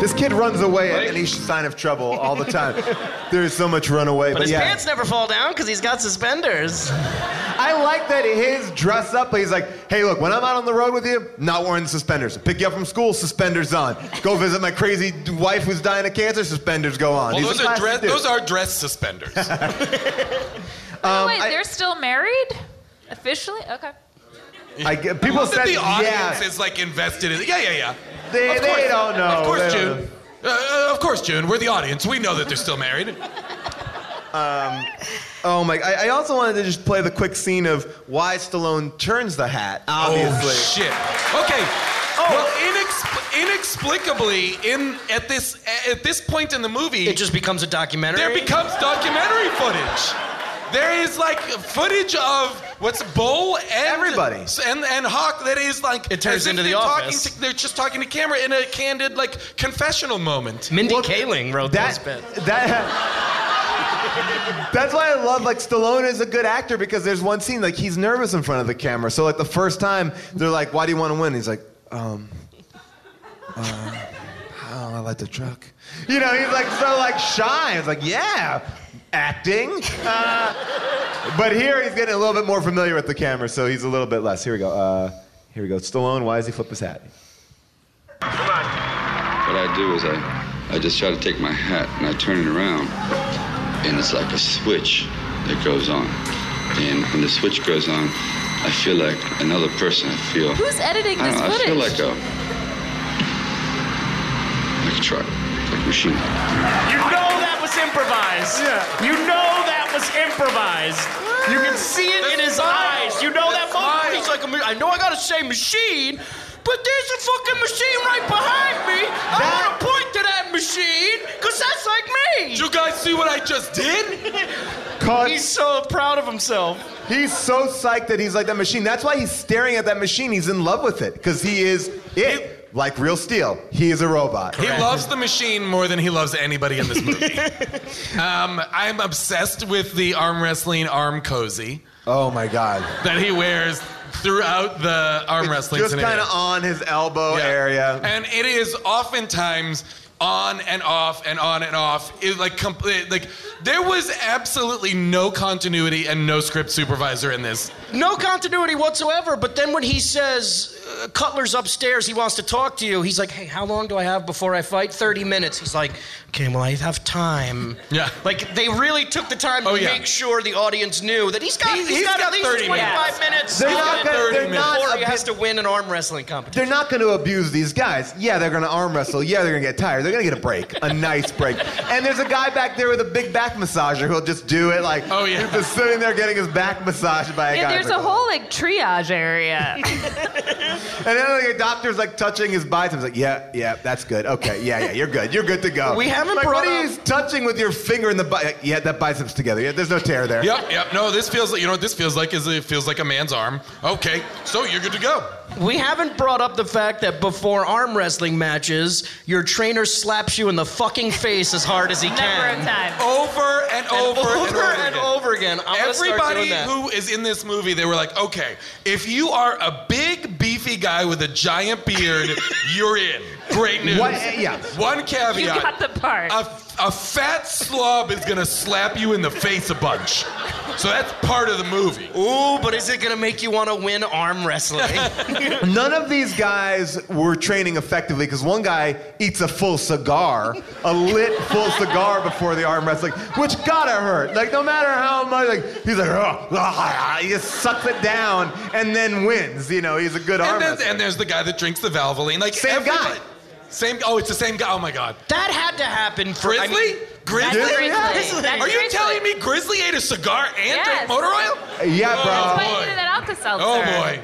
[SPEAKER 2] This kid runs away at any sign of trouble all the time. there is so much runaway.
[SPEAKER 5] But,
[SPEAKER 2] But,
[SPEAKER 5] his
[SPEAKER 2] yeah,
[SPEAKER 5] pants never fall down because he's got suspenders.
[SPEAKER 2] I like that his dress up. But he's like, hey, look, when I'm out on the road with you, not wearing suspenders. Pick you up from school, suspenders on. Go visit my crazy wife who's dying of cancer, suspenders go on.
[SPEAKER 3] Well,
[SPEAKER 2] He's a
[SPEAKER 3] those are
[SPEAKER 2] classy
[SPEAKER 3] dress.
[SPEAKER 2] dude.
[SPEAKER 3] Those are dress suspenders.
[SPEAKER 6] Oh, wait, they're still married? Officially? Okay.
[SPEAKER 2] I get- people
[SPEAKER 3] Love that
[SPEAKER 2] said
[SPEAKER 3] the audience
[SPEAKER 2] yes.
[SPEAKER 3] is like invested in. Yeah, yeah, yeah.
[SPEAKER 2] They-
[SPEAKER 3] Of course-
[SPEAKER 2] they don't know.
[SPEAKER 3] Of course,
[SPEAKER 2] They don't
[SPEAKER 3] June. Uh, uh, of course, June. We're the audience. We know that they're still married.
[SPEAKER 2] Um, oh my! I, I also wanted to just play the quick scene of why Stallone turns the hat. Obviously,
[SPEAKER 3] Oh shit. Okay.
[SPEAKER 5] Oh.
[SPEAKER 3] Well, inexpl- inexplicably, in at this at this point in the movie, it
[SPEAKER 5] just becomes a documentary.
[SPEAKER 3] There becomes documentary footage. There is like footage of what's Bull and everybody and and Hawk. That is like
[SPEAKER 5] It turns
[SPEAKER 3] as if
[SPEAKER 5] into The
[SPEAKER 3] they're talking
[SPEAKER 5] Office.
[SPEAKER 3] to- they're just talking to camera in a candid like confessional moment.
[SPEAKER 5] Mindy Kaling wrote
[SPEAKER 2] that-
[SPEAKER 5] this bit.
[SPEAKER 2] that that's why I love like Stallone is a good actor because there's one scene like he's nervous in front of the camera. So like the first time they're like, "Why do you want to win?" He's like, um, um, "Oh, I like the truck." You know, he's like so like shy. It's like, yeah, acting. Uh, but here he's getting a little bit more familiar with the camera, so he's a little bit less. Here we go. Uh, here we go. Stallone, why does he flip his hat?
[SPEAKER 15] What I do is I, I just try to take my hat and I turn it around, and it's like a switch that goes on. And when the switch goes on, I feel like another person. I feel.
[SPEAKER 6] Who's editing
[SPEAKER 15] I,
[SPEAKER 6] this
[SPEAKER 15] don't know, I feel
[SPEAKER 6] footage?
[SPEAKER 15] like
[SPEAKER 7] uh,
[SPEAKER 15] a, like a truck, like a machine.
[SPEAKER 5] You know that was improvised. Yeah. You know that was improvised. You can see it in his eyes. You know that moment. He's like, I know I gotta say machine, but there's a fucking machine right behind me. I wanna point to that machine, cause that's like me. Did
[SPEAKER 3] you guys see what I just did?
[SPEAKER 5] He's so proud of himself.
[SPEAKER 2] He's so psyched that he's like that machine. That's why he's staring at that machine. He's in love with it because he is it. like real steel, he is a robot.
[SPEAKER 3] He loves the machine more than he loves anybody in this movie. um, I'm obsessed with the arm wrestling arm cozy
[SPEAKER 2] Oh my god.
[SPEAKER 3] that he wears throughout the arm wrestling.
[SPEAKER 2] Just
[SPEAKER 3] scenario.
[SPEAKER 2] kind of on his elbow area.
[SPEAKER 3] And it is oftentimes on and off and on and off. It like complete like there was absolutely no continuity and no script supervisor in this.
[SPEAKER 5] No continuity whatsoever. But then when he says uh, Cutler's upstairs, he wants to talk to you. He's like, "Hey, how long do I have before I fight? Thirty minutes." He's like, "Okay, well, I have time."
[SPEAKER 3] Yeah.
[SPEAKER 5] Like they really took the time to
[SPEAKER 3] Oh, yeah.
[SPEAKER 5] make sure the audience knew that he's got
[SPEAKER 3] He's-
[SPEAKER 5] he's
[SPEAKER 3] he's
[SPEAKER 5] got,
[SPEAKER 3] got
[SPEAKER 5] at least
[SPEAKER 3] 30
[SPEAKER 5] 25 minutes.
[SPEAKER 3] minutes.
[SPEAKER 2] They're
[SPEAKER 5] He's
[SPEAKER 2] not
[SPEAKER 5] got
[SPEAKER 2] gonna-
[SPEAKER 5] 30
[SPEAKER 2] they're
[SPEAKER 5] minutes
[SPEAKER 2] not
[SPEAKER 5] before
[SPEAKER 2] a
[SPEAKER 5] he has to win an arm wrestling competition.
[SPEAKER 2] They're not going to abuse these guys. Yeah, they're going to arm wrestle. Yeah, they're going to get tired. They're going to get a break, a nice break. And there's a guy back there with a big back massager who'll just do it like oh, yeah. he's just sitting there getting his back massaged by a
[SPEAKER 6] Yeah,
[SPEAKER 2] guy.
[SPEAKER 6] there's
[SPEAKER 2] with
[SPEAKER 6] a whole like triage area.
[SPEAKER 2] And then like, a doctor's like touching his biceps, like, yeah, yeah, that's good. Okay, yeah, yeah, you're good. You're good to go.
[SPEAKER 5] We haven't
[SPEAKER 2] like,
[SPEAKER 5] brought
[SPEAKER 2] what are
[SPEAKER 5] up-
[SPEAKER 2] you touching with your finger in the bicep? Yeah, that biceps together. Yeah, there's no tear there.
[SPEAKER 3] Yep, yep. No, this feels like you know what this feels like is it feels like a man's arm. Okay, so you're good to go.
[SPEAKER 5] We haven't brought up the fact that before arm wrestling matches, your trainer slaps you in the fucking face as hard as he can.
[SPEAKER 3] Over and
[SPEAKER 5] And
[SPEAKER 3] over and
[SPEAKER 5] over and over again. I'm gonna start
[SPEAKER 3] Everybody
[SPEAKER 5] doing that.
[SPEAKER 3] who is in this movie, they were like, okay, if you are a big beefy guy with a giant beard, you're in. Great news.
[SPEAKER 2] What- yeah.
[SPEAKER 3] One caveat.
[SPEAKER 6] You got the part.
[SPEAKER 3] A, a fat slob is gonna slap you in the face a bunch. So that's part of the movie.
[SPEAKER 5] Ooh, but is it gonna make you wanna win arm wrestling?
[SPEAKER 2] None of these guys were training effectively because one guy eats a full cigar, a lit full cigar before the arm wrestling, which gotta hurt. Like no matter how much, like he's like, "Ugh, ah, ah," he just sucks it down and then wins. You know, he's a good arm
[SPEAKER 3] And, then,
[SPEAKER 2] wrestler.
[SPEAKER 3] and there's the guy that drinks the Valvoline. Like same guy. Same. Oh, it's the same guy. Oh my God.
[SPEAKER 5] That had to happen for
[SPEAKER 3] Grizzly?
[SPEAKER 5] I mean-
[SPEAKER 3] Grizzly?
[SPEAKER 5] That's
[SPEAKER 3] Yeah.
[SPEAKER 5] Grizzly. That's
[SPEAKER 3] Are you
[SPEAKER 5] Grizzly.
[SPEAKER 3] telling me Grizzly ate a cigar and
[SPEAKER 6] Yes.
[SPEAKER 3] drank motor oil?
[SPEAKER 2] Yeah,
[SPEAKER 3] Oh,
[SPEAKER 2] bro.
[SPEAKER 6] That's why
[SPEAKER 3] boy.
[SPEAKER 6] he needed an Alka-Seltzer.
[SPEAKER 3] Oh boy.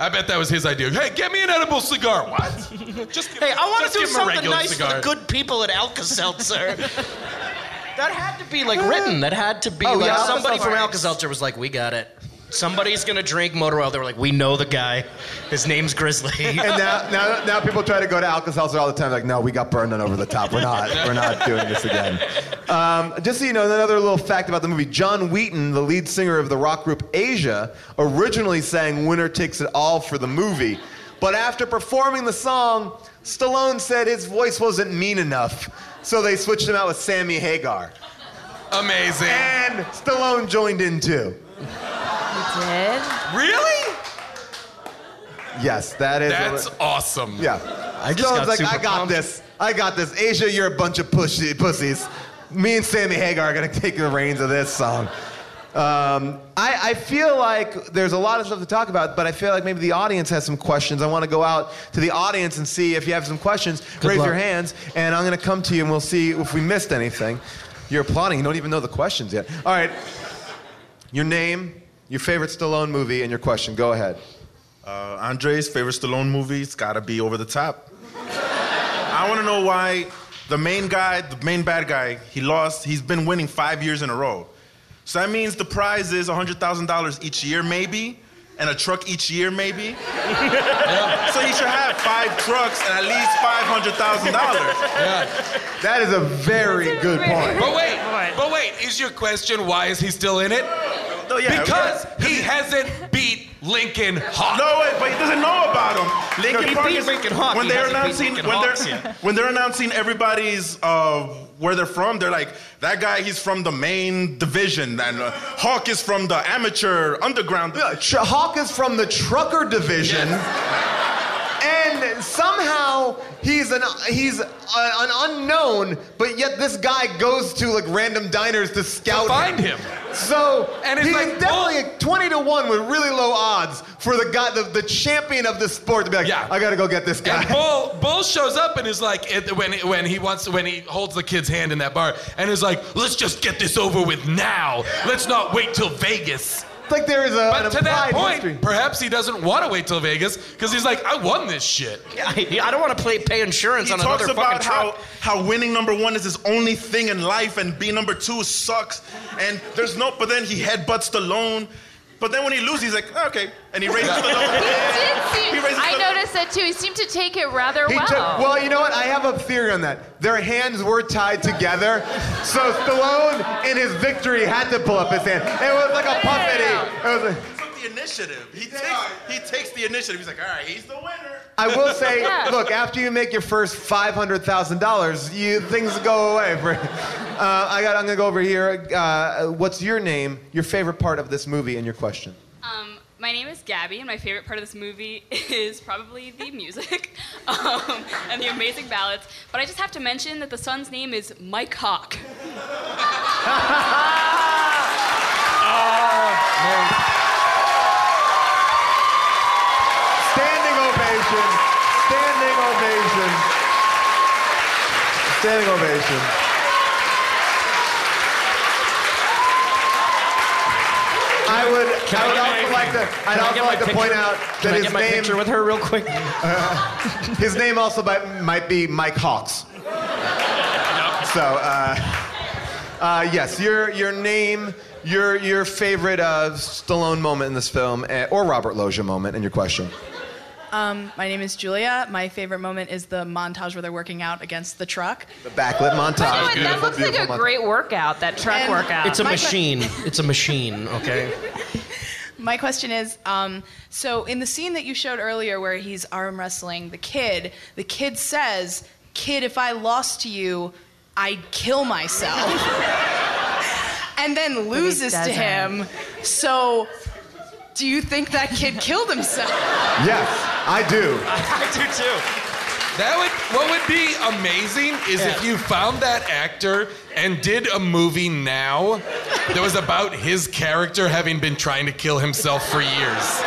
[SPEAKER 3] I bet that was his idea. Hey, get me an edible cigar. What?
[SPEAKER 5] hey, I want
[SPEAKER 3] just
[SPEAKER 5] to do
[SPEAKER 3] give him a
[SPEAKER 5] something
[SPEAKER 3] regular
[SPEAKER 5] nice for
[SPEAKER 3] cigar.
[SPEAKER 5] the good people at Alka Seltzer. that had to be like written. That had to be
[SPEAKER 3] Oh,
[SPEAKER 5] like
[SPEAKER 3] yeah,
[SPEAKER 5] somebody
[SPEAKER 3] Alka-Seltzer.
[SPEAKER 5] from Alka Seltzer was like, "We got it." Somebody's gonna drink motor oil. They were like, "We know the guy. His name's Grizzly."
[SPEAKER 2] and now, now, now people try to go to Alka Seltzer all the time. Like, no, we got burned on over the top. We're not. We're not doing this again. Um, just so you know, another little fact about the movie: John Wheaton, the lead singer of the rock group Asia, originally sang "Winner Takes It All" for the movie, but after performing the song, Stallone said his voice wasn't mean enough, so they switched him out with Sammy Hagar.
[SPEAKER 3] Amazing.
[SPEAKER 5] Eh.
[SPEAKER 2] And Stallone joined in too.
[SPEAKER 6] You did?
[SPEAKER 3] Really?
[SPEAKER 2] Yes, that is.
[SPEAKER 3] That's awesome.
[SPEAKER 2] Yeah.
[SPEAKER 3] I just
[SPEAKER 2] Stone's
[SPEAKER 3] got
[SPEAKER 2] like,
[SPEAKER 3] super
[SPEAKER 2] I got
[SPEAKER 3] pumped."
[SPEAKER 2] this. I got this. Asia, you're a bunch of pussy pussies. Me and Sammy Hagar are gonna take the reins of this song. Um, I, I feel like there's a lot of stuff to talk about, but I feel like maybe the audience has some questions. I want to go out to the audience and see if you have some questions. Raise your
[SPEAKER 11] luck.
[SPEAKER 2] hands, and I'm gonna come to you, and we'll see if we missed anything. You're applauding. You don't even know the questions yet. All right. Your name, your favorite Stallone movie, and your question. Go ahead.
[SPEAKER 16] Uh, Andre's favorite Stallone movie's got to be Over the Top. I want to know why the main guy, the main bad guy, he lost. He's been winning five years in a row. So that means the prize is $100,000 each year, maybe, and a truck each year, maybe. So he should have five trucks and at least $500,000.
[SPEAKER 2] That is a very good point.
[SPEAKER 3] But wait, but wait, is your question why is he still in it?
[SPEAKER 16] yeah,
[SPEAKER 3] because he hasn't beat Lincoln Hawk.
[SPEAKER 16] No, wait, but he doesn't know about him. Lincoln Park is- When they're announcing,
[SPEAKER 3] announcing,
[SPEAKER 16] when they're, when they're announcing everybody's uh, where they're from, they're like, that guy, he's from the main division, and uh, Hawk is from the amateur underground.
[SPEAKER 2] Hawk is from the trucker division. And somehow he's an he's a, an unknown, but yet this guy goes to like random diners to scout
[SPEAKER 3] find him.
[SPEAKER 2] So
[SPEAKER 3] And it's
[SPEAKER 2] he's
[SPEAKER 3] like,
[SPEAKER 2] definitely a twenty to one with really low odds for the guy, the, the champion of the sport to be like, I gotta go get this guy.
[SPEAKER 3] And Bull, Bull shows up and is like, it, when when he wants when he holds the kid's hand in that bar and is like, let's just get this over with now. Let's not wait till Vegas.
[SPEAKER 2] Like there is a
[SPEAKER 3] But to that point, perhaps he doesn't want to wait till Vegas because he's like, I won this shit.
[SPEAKER 5] I, I don't want to pay, pay insurance
[SPEAKER 16] He
[SPEAKER 5] on
[SPEAKER 16] talks
[SPEAKER 5] another
[SPEAKER 16] about
[SPEAKER 5] fucking
[SPEAKER 16] how,
[SPEAKER 5] truck.
[SPEAKER 16] how winning number one is his only thing in life, and being number two sucks. And there's no, but then he headbutts Stallone. But then when he loses, he's like, "Oh, okay, and he raises the
[SPEAKER 6] He
[SPEAKER 16] Stallone.
[SPEAKER 6] seemed- I noticed that too. He seemed to take it rather
[SPEAKER 2] He
[SPEAKER 6] well.
[SPEAKER 2] took- well, you know what? I have a theory on that. Their hands were tied together, so Stallone, in his victory, had to pull up his hand. It was like a puppet. It was like-
[SPEAKER 16] took the initiative. He takes, he takes the initiative. He's like, all right, he's the winner.
[SPEAKER 2] I will say, look, after you make your first five hundred thousand dollars, you things go away. For, uh, I got. I'm gonna go over here. Uh, what's your name? Your favorite part of this movie and your question.
[SPEAKER 17] Um, my name is Gabby, and my favorite part of this movie is probably the music um, and the amazing ballads. But I just have to mention that the son's name is Mike Hawk.
[SPEAKER 2] Standing ovation. Standing ovation. Standing ovation. I would. I would also like to. I'd
[SPEAKER 5] Can I
[SPEAKER 2] also
[SPEAKER 5] get my
[SPEAKER 2] like to
[SPEAKER 5] picture-
[SPEAKER 2] point out that
[SPEAKER 5] can I
[SPEAKER 2] his
[SPEAKER 5] get my
[SPEAKER 2] name.
[SPEAKER 5] picture with her real quick?
[SPEAKER 2] Uh, his name also might, might be Mike Hawks. So. Uh, uh, yes, your your name, your your favorite uh, Stallone moment in this film, eh, or Robert Loggia moment, and your question.
[SPEAKER 18] Um, my name is Julia. My favorite moment is the montage where they're working out against the truck.
[SPEAKER 2] The backlit montage.
[SPEAKER 6] But that looks like a great workout, that truck
[SPEAKER 18] And-
[SPEAKER 6] workout.
[SPEAKER 5] It's a
[SPEAKER 18] My-
[SPEAKER 5] machine. It's a machine, okay?
[SPEAKER 18] My question is, um, so in the scene that you showed earlier where he's arm wrestling the kid, the kid says, "Kid, if I lost to you, I'd kill myself," and then loses to
[SPEAKER 6] doesn't.
[SPEAKER 18] him. So, do you think that kid killed himself?
[SPEAKER 2] Yes, I do.
[SPEAKER 5] I do too.
[SPEAKER 3] That would what would be amazing is if you found that actor and did a movie now that was about his character having been trying to kill himself for years.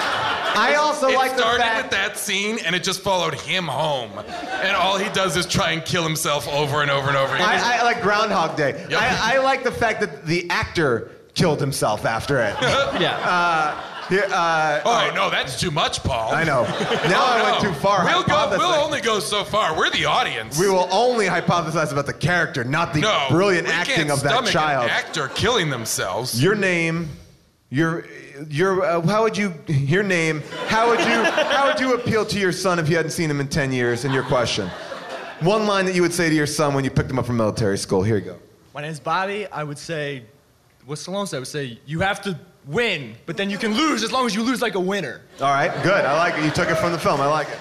[SPEAKER 2] I also
[SPEAKER 3] it
[SPEAKER 2] like the
[SPEAKER 3] started
[SPEAKER 2] fact-
[SPEAKER 3] with that scene and it just followed him home, and all he does is try and kill himself over and over and over again.
[SPEAKER 2] I, I like Groundhog Day. I, I like the fact that the actor killed himself after it.
[SPEAKER 3] Yeah.
[SPEAKER 2] Uh, Here, uh,
[SPEAKER 3] oh, no, that's too much, Paul.
[SPEAKER 2] I know. Now I went too far.
[SPEAKER 3] Oh, We'll, go,
[SPEAKER 2] Hypothesis.
[SPEAKER 3] we'll only go so far. We're the audience.
[SPEAKER 2] We will only hypothesize about the character, not the
[SPEAKER 3] no,
[SPEAKER 2] brilliant
[SPEAKER 3] we
[SPEAKER 2] acting
[SPEAKER 3] can't
[SPEAKER 2] of that
[SPEAKER 3] stomach
[SPEAKER 2] child.
[SPEAKER 3] An actor killing themselves.
[SPEAKER 2] Your name, your your uh, how would you your name? How would you how would you appeal to your son if you hadn't seen him in 10 years in your question? One line that you would say to your son when you picked him up from military school. Here you go.
[SPEAKER 19] My name's Bobby. I would say, what Stallone said, I would say, you have to win, but then you can lose as long as you lose like a winner.
[SPEAKER 2] All right, good. I like it. You took it from the film. I like it.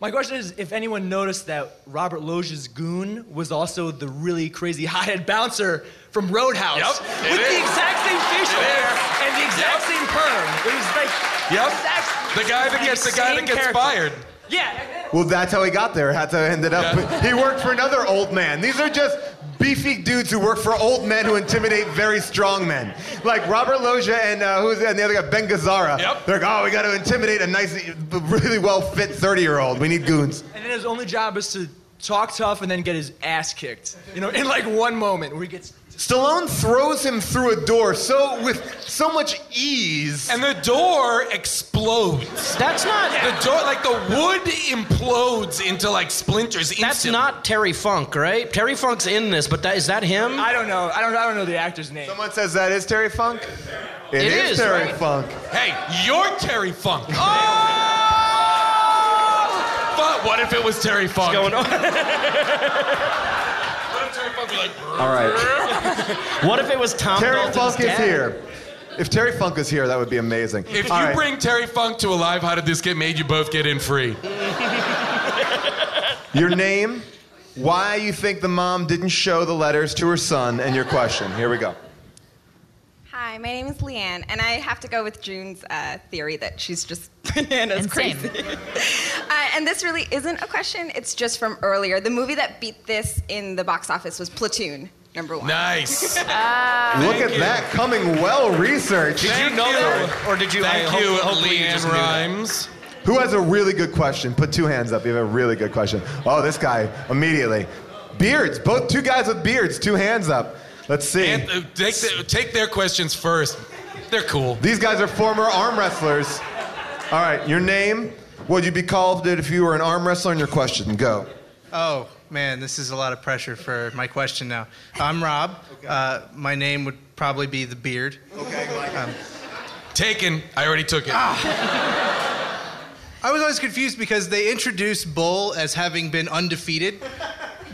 [SPEAKER 19] My question is if anyone noticed that Robert Loge's goon was also the really crazy hot head bouncer from Roadhouse.
[SPEAKER 9] Yep, it
[SPEAKER 19] With
[SPEAKER 9] is.
[SPEAKER 19] the exact same facial
[SPEAKER 9] It
[SPEAKER 19] hair
[SPEAKER 9] is.
[SPEAKER 19] and the exact same perm. It was like
[SPEAKER 3] Yep.
[SPEAKER 19] exact
[SPEAKER 3] The guy that gets the guy
[SPEAKER 19] same
[SPEAKER 3] that gets
[SPEAKER 19] character.
[SPEAKER 3] fired.
[SPEAKER 19] Yeah.
[SPEAKER 2] Well, that's how he got there. That's how he ended up. He worked for another old man. These are just beefy dudes who work for old men who intimidate very strong men, like Robert Loggia and uh, who's and the other guy Ben Gazzara. Yep. They're like, oh, we got to intimidate a nice, really well-fit thirty-year-old. We need goons.
[SPEAKER 19] And then his only job is to talk tough and then get his ass kicked. You know, in like one moment where he gets
[SPEAKER 2] Stallone throws him through a door so with so much ease.
[SPEAKER 3] And the door explodes.
[SPEAKER 5] That's not
[SPEAKER 3] the door. Like the wood implodes into like splinters. Instantly.
[SPEAKER 5] That's not Terry Funk, right? Terry Funk's in this, but that, is that him?
[SPEAKER 19] I don't know. I don't. I don't know the actor's name.
[SPEAKER 2] Someone says that is Terry Funk.
[SPEAKER 5] It
[SPEAKER 2] is,
[SPEAKER 5] is,
[SPEAKER 2] Terry
[SPEAKER 5] right?
[SPEAKER 2] Funk.
[SPEAKER 3] Hey, you're Terry Funk. But what if it was Terry Funk? What's going
[SPEAKER 5] on?
[SPEAKER 3] what if Terry Funk was like?
[SPEAKER 2] All right.
[SPEAKER 5] What if it was Tom
[SPEAKER 2] Terry
[SPEAKER 5] Dalton's
[SPEAKER 2] Funk is
[SPEAKER 5] dad?
[SPEAKER 2] here. If Terry Funk is here, that would be amazing.
[SPEAKER 3] If
[SPEAKER 2] All
[SPEAKER 3] you
[SPEAKER 2] right.
[SPEAKER 3] bring Terry Funk to Alive, how did this get made? You both get in free.
[SPEAKER 2] Your name, why you think the mom didn't show the letters to her son, and your question. Here we go.
[SPEAKER 20] Hi, my name is Leanne, and I have to go with June's uh, theory that she's just bananas crazy. uh, and this really isn't a question, it's just from earlier. The movie that beat this in the box office was Platoon, number one.
[SPEAKER 3] Nice.
[SPEAKER 2] Look at that coming well researched.
[SPEAKER 5] Did you know that, or did you?
[SPEAKER 3] Thank
[SPEAKER 5] I hope-
[SPEAKER 3] you,
[SPEAKER 5] hopefully you
[SPEAKER 3] Leanne
[SPEAKER 5] just knew that.
[SPEAKER 3] Rhymes.
[SPEAKER 2] Who has a really good question? Put two hands up. You have a really good question. Oh, this guy immediately. Beards. Both two guys with beards. Two hands up. Let's see.
[SPEAKER 3] Uh, Take, the, take their questions first. They're cool.
[SPEAKER 2] These guys are former arm wrestlers. All right. Your name. What would you be called if you were an arm wrestler? And your question. Go.
[SPEAKER 21] Oh man, this is a lot of pressure for my question now. I'm Rob. Uh, my name would probably be the Beard. Okay, um,
[SPEAKER 3] Taken. I already took it.
[SPEAKER 21] Ah. I was always confused because they introduced Bull as having been undefeated,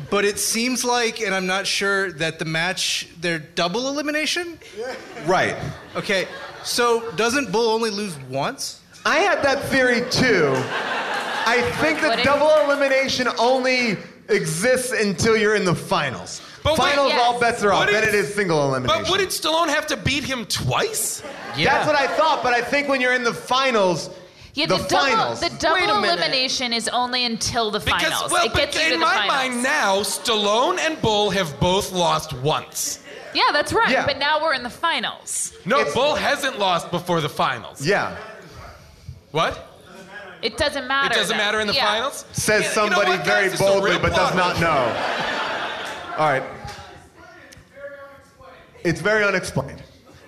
[SPEAKER 21] but it seems like, and I'm not sure that the match they're double elimination.
[SPEAKER 2] Right.
[SPEAKER 21] Okay, so doesn't Bull only lose once?
[SPEAKER 2] I had that theory too. I think
[SPEAKER 21] What
[SPEAKER 2] that
[SPEAKER 21] if-
[SPEAKER 2] double elimination only exists until you're in the finals.
[SPEAKER 3] But wait,
[SPEAKER 2] finals,
[SPEAKER 3] yes.
[SPEAKER 2] all bets are off.
[SPEAKER 3] What
[SPEAKER 2] Then
[SPEAKER 3] if-
[SPEAKER 2] it is single elimination.
[SPEAKER 3] But wouldn't Stallone have to beat him twice?
[SPEAKER 2] That's what I thought, but I think when you're in the finals,
[SPEAKER 6] Yeah,
[SPEAKER 2] the,
[SPEAKER 6] the, double,
[SPEAKER 2] finals.
[SPEAKER 6] the double elimination is only until the finals.
[SPEAKER 3] Because well,
[SPEAKER 6] it gets
[SPEAKER 3] but
[SPEAKER 6] you to
[SPEAKER 3] in
[SPEAKER 6] the
[SPEAKER 3] my
[SPEAKER 6] finals.
[SPEAKER 3] mind now, Stallone and Bull have both lost once.
[SPEAKER 6] yeah, that's right.
[SPEAKER 3] Yeah.
[SPEAKER 6] But now we're in the finals.
[SPEAKER 3] No, Bull hasn't lost before the finals.
[SPEAKER 2] Yeah.
[SPEAKER 3] What?
[SPEAKER 6] It doesn't matter.
[SPEAKER 3] It doesn't
[SPEAKER 6] then.
[SPEAKER 3] matter in the
[SPEAKER 6] Yeah.
[SPEAKER 3] finals?
[SPEAKER 2] Says somebody very boldly, but does not know. All right. It's very unexplained.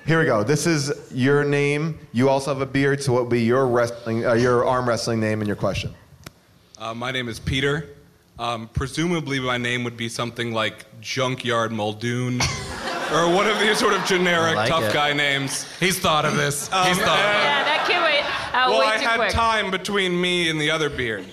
[SPEAKER 2] Here we go. This is your name. You also have a beard, so what would be your wrestling, uh, your arm wrestling name and your question?
[SPEAKER 22] Uh, my name is Peter. Um, presumably, my name would be something like Junkyard Muldoon or one of these sort of generic
[SPEAKER 3] like
[SPEAKER 22] tough
[SPEAKER 3] it.
[SPEAKER 22] guy names.
[SPEAKER 3] He's thought of this. He's thought of it.
[SPEAKER 6] Um, Yeah, that kid wait. Uh,
[SPEAKER 22] well,
[SPEAKER 6] way
[SPEAKER 22] I
[SPEAKER 6] too
[SPEAKER 22] had
[SPEAKER 6] quick.
[SPEAKER 22] time between me and the other beard.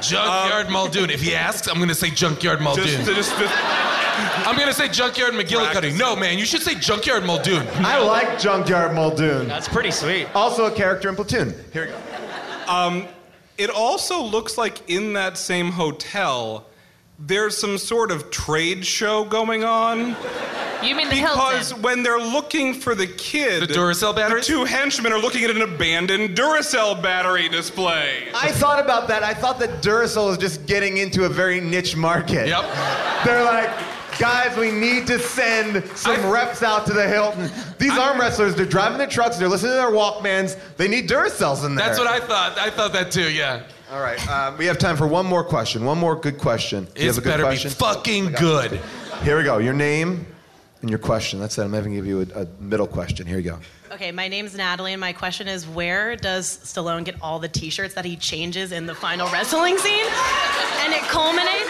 [SPEAKER 3] Junkyard Muldoon. If he asks, I'm going to say Junkyard Muldoon.
[SPEAKER 22] Um, just-
[SPEAKER 3] I'm going to say Junkyard McGillicuddy. No, man, you should say Junkyard Muldoon.
[SPEAKER 2] I like Junkyard Muldoon.
[SPEAKER 22] That's pretty sweet.
[SPEAKER 2] Also a character in Platoon. Here we go.
[SPEAKER 22] Um, it also looks like in that same hotel, there's some sort of trade show going on.
[SPEAKER 6] You mean the
[SPEAKER 22] because
[SPEAKER 6] Hilton?
[SPEAKER 22] when they're looking for the kid,
[SPEAKER 3] The Duracell batteries?
[SPEAKER 22] the two henchmen are looking at an abandoned Duracell battery display.
[SPEAKER 2] I thought about that. I thought that Duracell was just getting into a very niche market. Yep. They're like, guys, we need to send some reps out to the Hilton. These arm wrestlers, they're driving their trucks, they're listening to their Walkmans. They need Duracells in there.
[SPEAKER 3] That's what I thought. I thought that too, yeah.
[SPEAKER 2] All right. Um, we have time for one more question. One more good question. Do you
[SPEAKER 3] It's
[SPEAKER 2] have a good
[SPEAKER 3] better be
[SPEAKER 2] question?
[SPEAKER 3] fucking
[SPEAKER 2] I got
[SPEAKER 3] good.
[SPEAKER 2] it. Here we go. Your name and your question. That's it. I'm going to give you a, a middle question. Here you go.
[SPEAKER 8] Okay, my name's Natalie, and my question is where does Stallone get all the t shirts that he changes in the final wrestling scene? And it culminates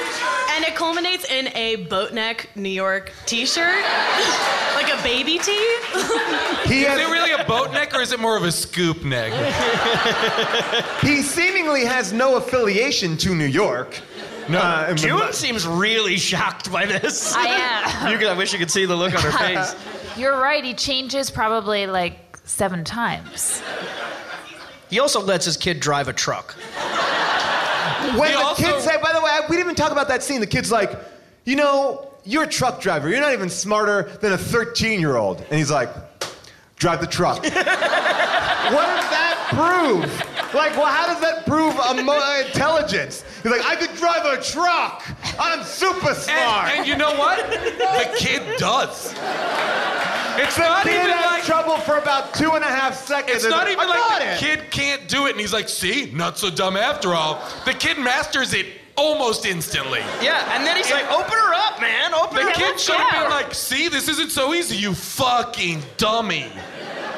[SPEAKER 8] and it culminates in a boat neck New York t shirt. like a baby tee.
[SPEAKER 3] is it really a boat neck or is it more of a scoop neck?
[SPEAKER 2] he seemingly has no affiliation to New York. Uh, No,
[SPEAKER 5] June seems really shocked by this.
[SPEAKER 6] I am.
[SPEAKER 5] You could, I wish you could see the look on her face.
[SPEAKER 6] You're right. He changes probably like seven times.
[SPEAKER 5] He also lets his kid drive a truck.
[SPEAKER 2] when
[SPEAKER 5] He
[SPEAKER 2] the
[SPEAKER 5] also-
[SPEAKER 2] kid said, by the way, I- we didn't even talk about that scene. The kid's like, you know, you're a truck driver. You're not even smarter than a 13 year old. And he's like, drive the truck. what does that prove? Like, well, how does that prove emo- intelligence? He's like, I could drive a truck. I'm super smart.
[SPEAKER 3] And you know what? The kid does. It's not
[SPEAKER 2] kid
[SPEAKER 3] even
[SPEAKER 2] had
[SPEAKER 3] like
[SPEAKER 2] trouble for about two and a half seconds.
[SPEAKER 3] It's
[SPEAKER 2] He's
[SPEAKER 3] not even
[SPEAKER 2] "I
[SPEAKER 3] like
[SPEAKER 2] got
[SPEAKER 3] the
[SPEAKER 2] it."
[SPEAKER 3] kid can't do it, and he's like, "See, not so dumb after all." The kid masters it almost instantly.
[SPEAKER 5] Yeah, and then he's like, open her up, man. Open
[SPEAKER 3] The
[SPEAKER 5] her up.
[SPEAKER 3] kid should have been like, "See, this isn't so easy, you fucking dummy."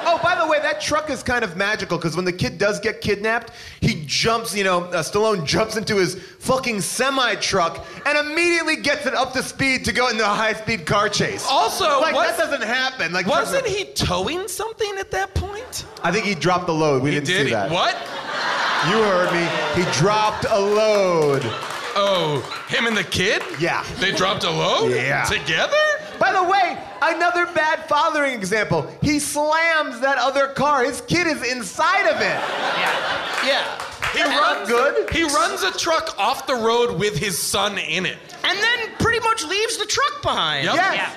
[SPEAKER 2] Oh, by the way, that truck is kind of magical because when the kid does get kidnapped, he jumps, you know, uh, Stallone jumps into his fucking semi truck and immediately gets it up to speed to go into a high speed car chase.
[SPEAKER 3] Also,
[SPEAKER 2] like, that
[SPEAKER 3] was-
[SPEAKER 2] doesn't happen. Like,
[SPEAKER 3] Oh, Wasn't he towing something at that point?
[SPEAKER 2] I think he dropped the load. We didn't
[SPEAKER 3] did
[SPEAKER 2] see
[SPEAKER 3] he?
[SPEAKER 2] that.
[SPEAKER 3] What?
[SPEAKER 2] You heard me. He dropped a load.
[SPEAKER 3] Oh, him and the kid?
[SPEAKER 2] Yeah.
[SPEAKER 3] They dropped a load?
[SPEAKER 2] Yeah.
[SPEAKER 3] Together?
[SPEAKER 2] By the way, another bad fathering example. He slams that other car. His kid is inside of it.
[SPEAKER 5] Yeah.
[SPEAKER 3] He runs good. He runs a truck off the road with his son in it.
[SPEAKER 5] And then pretty much leaves the truck behind.
[SPEAKER 3] Yep.
[SPEAKER 2] Yes.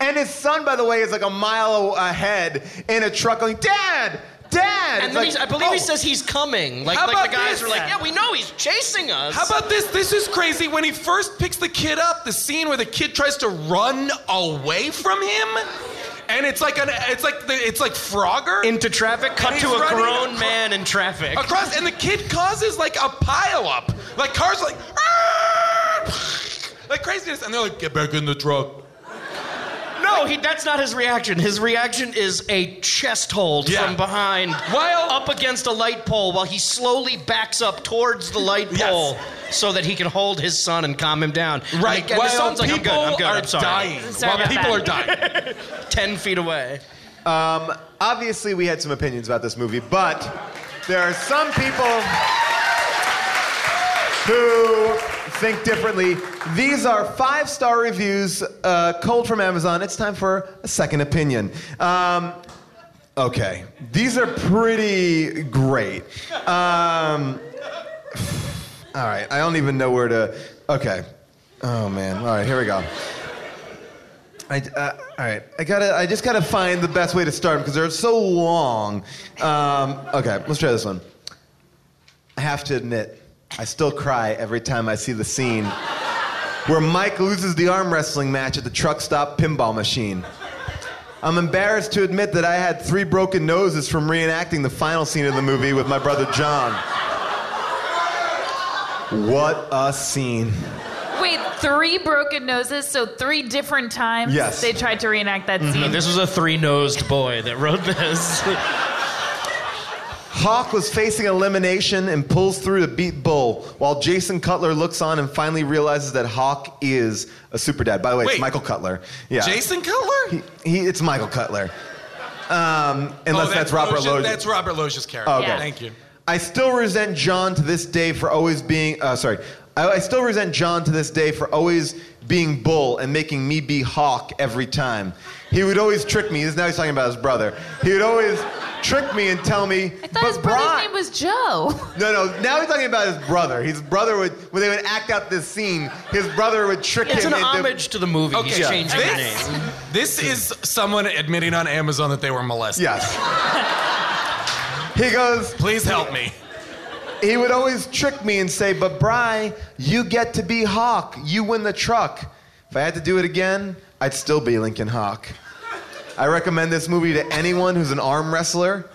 [SPEAKER 2] And his son, by the way, is like a mile ahead in a truck going, Dad! Dad!
[SPEAKER 5] And
[SPEAKER 2] It's
[SPEAKER 5] then
[SPEAKER 2] like,
[SPEAKER 5] he's, I believe he
[SPEAKER 2] "Oh."
[SPEAKER 5] says he's coming. Like,
[SPEAKER 2] How
[SPEAKER 5] like the
[SPEAKER 2] about
[SPEAKER 5] guys
[SPEAKER 2] this?
[SPEAKER 5] are like, yeah, we know he's chasing us.
[SPEAKER 3] How about this? This is crazy. When he first picks the kid up, the scene where the kid tries to run away from him, and it's like an it's like the, it's like Frogger
[SPEAKER 5] into traffic. Cut
[SPEAKER 3] And
[SPEAKER 5] to
[SPEAKER 3] he's
[SPEAKER 5] a
[SPEAKER 3] running
[SPEAKER 5] grown
[SPEAKER 3] acro-
[SPEAKER 5] man in traffic.
[SPEAKER 3] across, and the kid causes like a pile up. Like cars like "Ah!" like craziness, and they're like, get back in the truck.
[SPEAKER 5] No, he, that's not his reaction. His reaction is a chest hold
[SPEAKER 3] Yeah.
[SPEAKER 5] from behind, while up against a light pole, while he slowly backs up towards the light pole so that he can hold his son and calm him down.
[SPEAKER 3] Right,
[SPEAKER 5] And the, and
[SPEAKER 3] while
[SPEAKER 5] the son's like, I'm good, I'm
[SPEAKER 3] people
[SPEAKER 5] good,
[SPEAKER 3] are
[SPEAKER 5] I'm sorry.
[SPEAKER 3] dying. Sorry While about people that.
[SPEAKER 5] are dying. Ten feet away.
[SPEAKER 2] Um, obviously, we had some opinions about this movie, but there are some people who think differently. These are five star reviews, uh, cold from Amazon. It's time for a second opinion. Um, okay, these are pretty great. Um, all right, I don't even know where to. Okay. Oh, man. All right, here we go. I, uh, all right, I gotta. I just gotta find the best way to start because they're so long. Um, okay, let's try this one. I have to admit, I still cry every time I see the scene where Mike loses the arm wrestling match at the truck stop pinball machine. I'm embarrassed to admit that I had three broken noses from reenacting the final scene of the movie with my brother John. What a scene!
[SPEAKER 6] Wait, three broken noses, so three different times
[SPEAKER 5] Yes.
[SPEAKER 6] they tried to reenact that
[SPEAKER 5] No,
[SPEAKER 6] scene.
[SPEAKER 5] this was a three-nosed boy that wrote this.
[SPEAKER 2] Hawk was facing elimination and pulls through to beat Bull, while Jason Cutler looks on and finally realizes that Hawk is a super dad. By the way,
[SPEAKER 3] Wait. Oh,
[SPEAKER 2] it's Michael Cutler. Yeah,
[SPEAKER 3] Jason Cutler?
[SPEAKER 2] He, he, it's Michael Cutler. Um, unless
[SPEAKER 3] Oh,
[SPEAKER 2] that's, Robert
[SPEAKER 3] Loggia-
[SPEAKER 2] Loja.
[SPEAKER 3] That's Robert Loggia's character.
[SPEAKER 2] Oh, okay. Yeah.
[SPEAKER 3] Thank you.
[SPEAKER 2] I still resent John to this day for always being. Uh, sorry. I, I still resent John to this day for always being Bull and making me be Hawk every time. He would always trick me. This now he's talking about his brother. He would always trick me and tell me. I
[SPEAKER 6] thought his brother's name was Joe.
[SPEAKER 2] No, no. Now he's talking about his brother. His brother would when they would act out this scene. His brother would trick
[SPEAKER 5] It's
[SPEAKER 2] him.
[SPEAKER 5] an
[SPEAKER 2] into-
[SPEAKER 5] homage to the movie. He's
[SPEAKER 2] Yeah.
[SPEAKER 5] changing the
[SPEAKER 3] This,
[SPEAKER 5] name.
[SPEAKER 3] this is someone admitting on Amazon that they were molested.
[SPEAKER 2] Yes. He goes.
[SPEAKER 3] Please help me.
[SPEAKER 2] He would always trick me and say, But Bry, you get to be Hawk. You win the truck. If I had to do it again, I'd still be Lincoln Hawk. I recommend this movie to anyone who's an arm wrestler.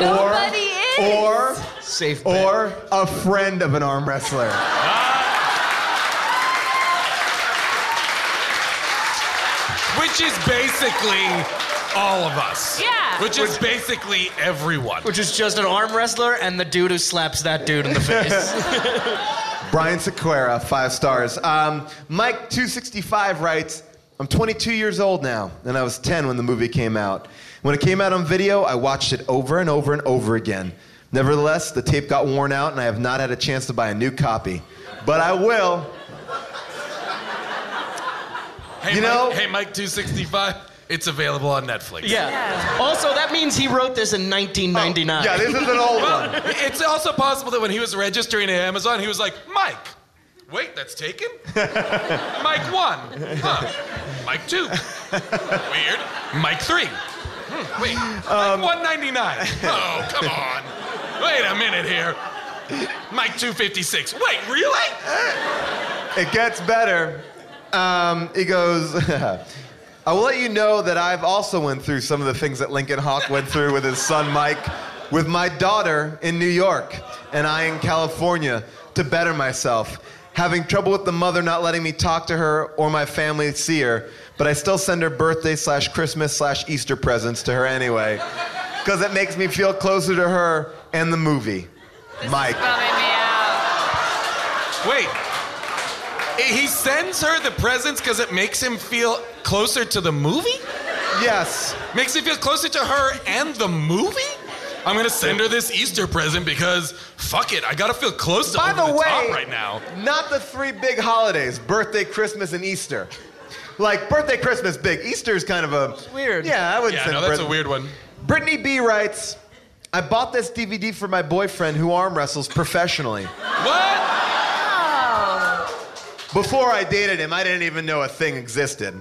[SPEAKER 6] Nobody
[SPEAKER 2] or,
[SPEAKER 6] is.
[SPEAKER 2] Or,
[SPEAKER 5] Safe
[SPEAKER 2] or a friend of an arm wrestler.
[SPEAKER 3] Which is basically
[SPEAKER 22] all of us.
[SPEAKER 6] Yeah.
[SPEAKER 22] Which is basically everyone.
[SPEAKER 5] Which is just an arm wrestler and the dude who slaps that dude in the face.
[SPEAKER 2] Brian Sequeira, five stars. Um, Mike265 writes, I'm 22 years old now, and I was 10 when the movie came out. When it came out on video, I watched it over and over and over again. Nevertheless, the tape got worn out, and I have not had a chance to buy a new copy. But I will.
[SPEAKER 3] Hey,
[SPEAKER 2] You know-
[SPEAKER 3] Mike, hey, Mike, two sixty five. It's available on Netflix.
[SPEAKER 5] Yeah. Also, that means he wrote this in 1999.
[SPEAKER 2] Oh,
[SPEAKER 3] Well, It's also possible that when he was registering at Amazon, he was like, Mike. Wait, that's taken? Mike one. Huh. Mike two. Weird. Mike three. Hmm, wait.
[SPEAKER 2] Um,
[SPEAKER 3] Mike 199. Oh, come on. Wait a minute here. Mike 256. Wait, really?
[SPEAKER 2] It gets better. Um, he goes, I will let you know that I've also went through some of the things that Lincoln Hawk went through with his son Mike, with my daughter in New York, and I in California to better myself. Having trouble with the mother not letting me talk to her or my family see her, but I still send her birthday slash Christmas slash Easter presents to her anyway, because it makes me feel closer to her and the movie. Mike.
[SPEAKER 3] Wait. He sends her the presents because it makes him feel closer to the movie?
[SPEAKER 2] Yes.
[SPEAKER 3] Makes him feel closer to her and the movie? I'm gonna send her this Easter present because fuck it, I gotta feel close to
[SPEAKER 2] By
[SPEAKER 3] over
[SPEAKER 2] the way-
[SPEAKER 3] top right now.
[SPEAKER 2] Not the three big holidays birthday, Christmas, and Easter. Like, birthday, Christmas, big. Easter's kind of a.
[SPEAKER 5] Weird.
[SPEAKER 2] Yeah, I would
[SPEAKER 3] Yeah,
[SPEAKER 2] send
[SPEAKER 3] no, that's
[SPEAKER 2] birth-
[SPEAKER 3] a weird one.
[SPEAKER 2] Brittany B writes I bought this DVD for my boyfriend who arm wrestles professionally. Before I dated him, I didn't even know a thing existed.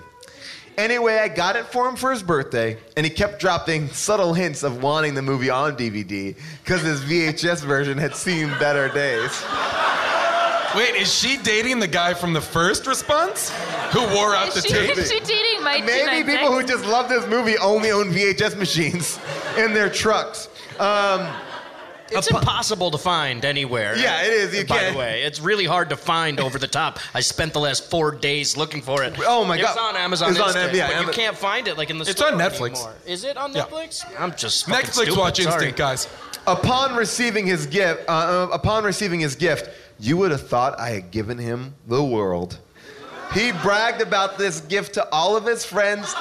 [SPEAKER 2] Anyway, I got it for him for his birthday, and he kept dropping subtle hints of wanting the movie on DVD because his VHS version had seen better days.
[SPEAKER 3] Wait, is she dating the guy from the first response who wore out the
[SPEAKER 6] Is she,
[SPEAKER 3] tape?
[SPEAKER 6] is she dating Mike
[SPEAKER 2] Maybe people who just love this movie only own VHS machines in their trucks. Um,
[SPEAKER 5] It's impossible to find anywhere.
[SPEAKER 2] Yeah, it is. You
[SPEAKER 5] by
[SPEAKER 2] can't-
[SPEAKER 5] the way, it's really hard to find over the top. I spent the last four days looking for it.
[SPEAKER 2] Oh, my
[SPEAKER 5] It's
[SPEAKER 2] God.
[SPEAKER 5] on Amazon.
[SPEAKER 2] It's on
[SPEAKER 5] Instant,
[SPEAKER 2] Am- yeah,
[SPEAKER 5] but
[SPEAKER 2] Ama-
[SPEAKER 5] you can't find it like in the.
[SPEAKER 2] It's
[SPEAKER 5] store
[SPEAKER 2] on Netflix.
[SPEAKER 5] anymore. Is it on
[SPEAKER 2] Yeah.
[SPEAKER 5] Netflix? I'm just fucking
[SPEAKER 2] Netflix
[SPEAKER 5] stupid,
[SPEAKER 2] watch
[SPEAKER 5] sorry.
[SPEAKER 2] instinct, guys. Upon receiving his gift, uh, uh, upon receiving his gift, you would have thought I had given him the world. He bragged about this gift to all of his friends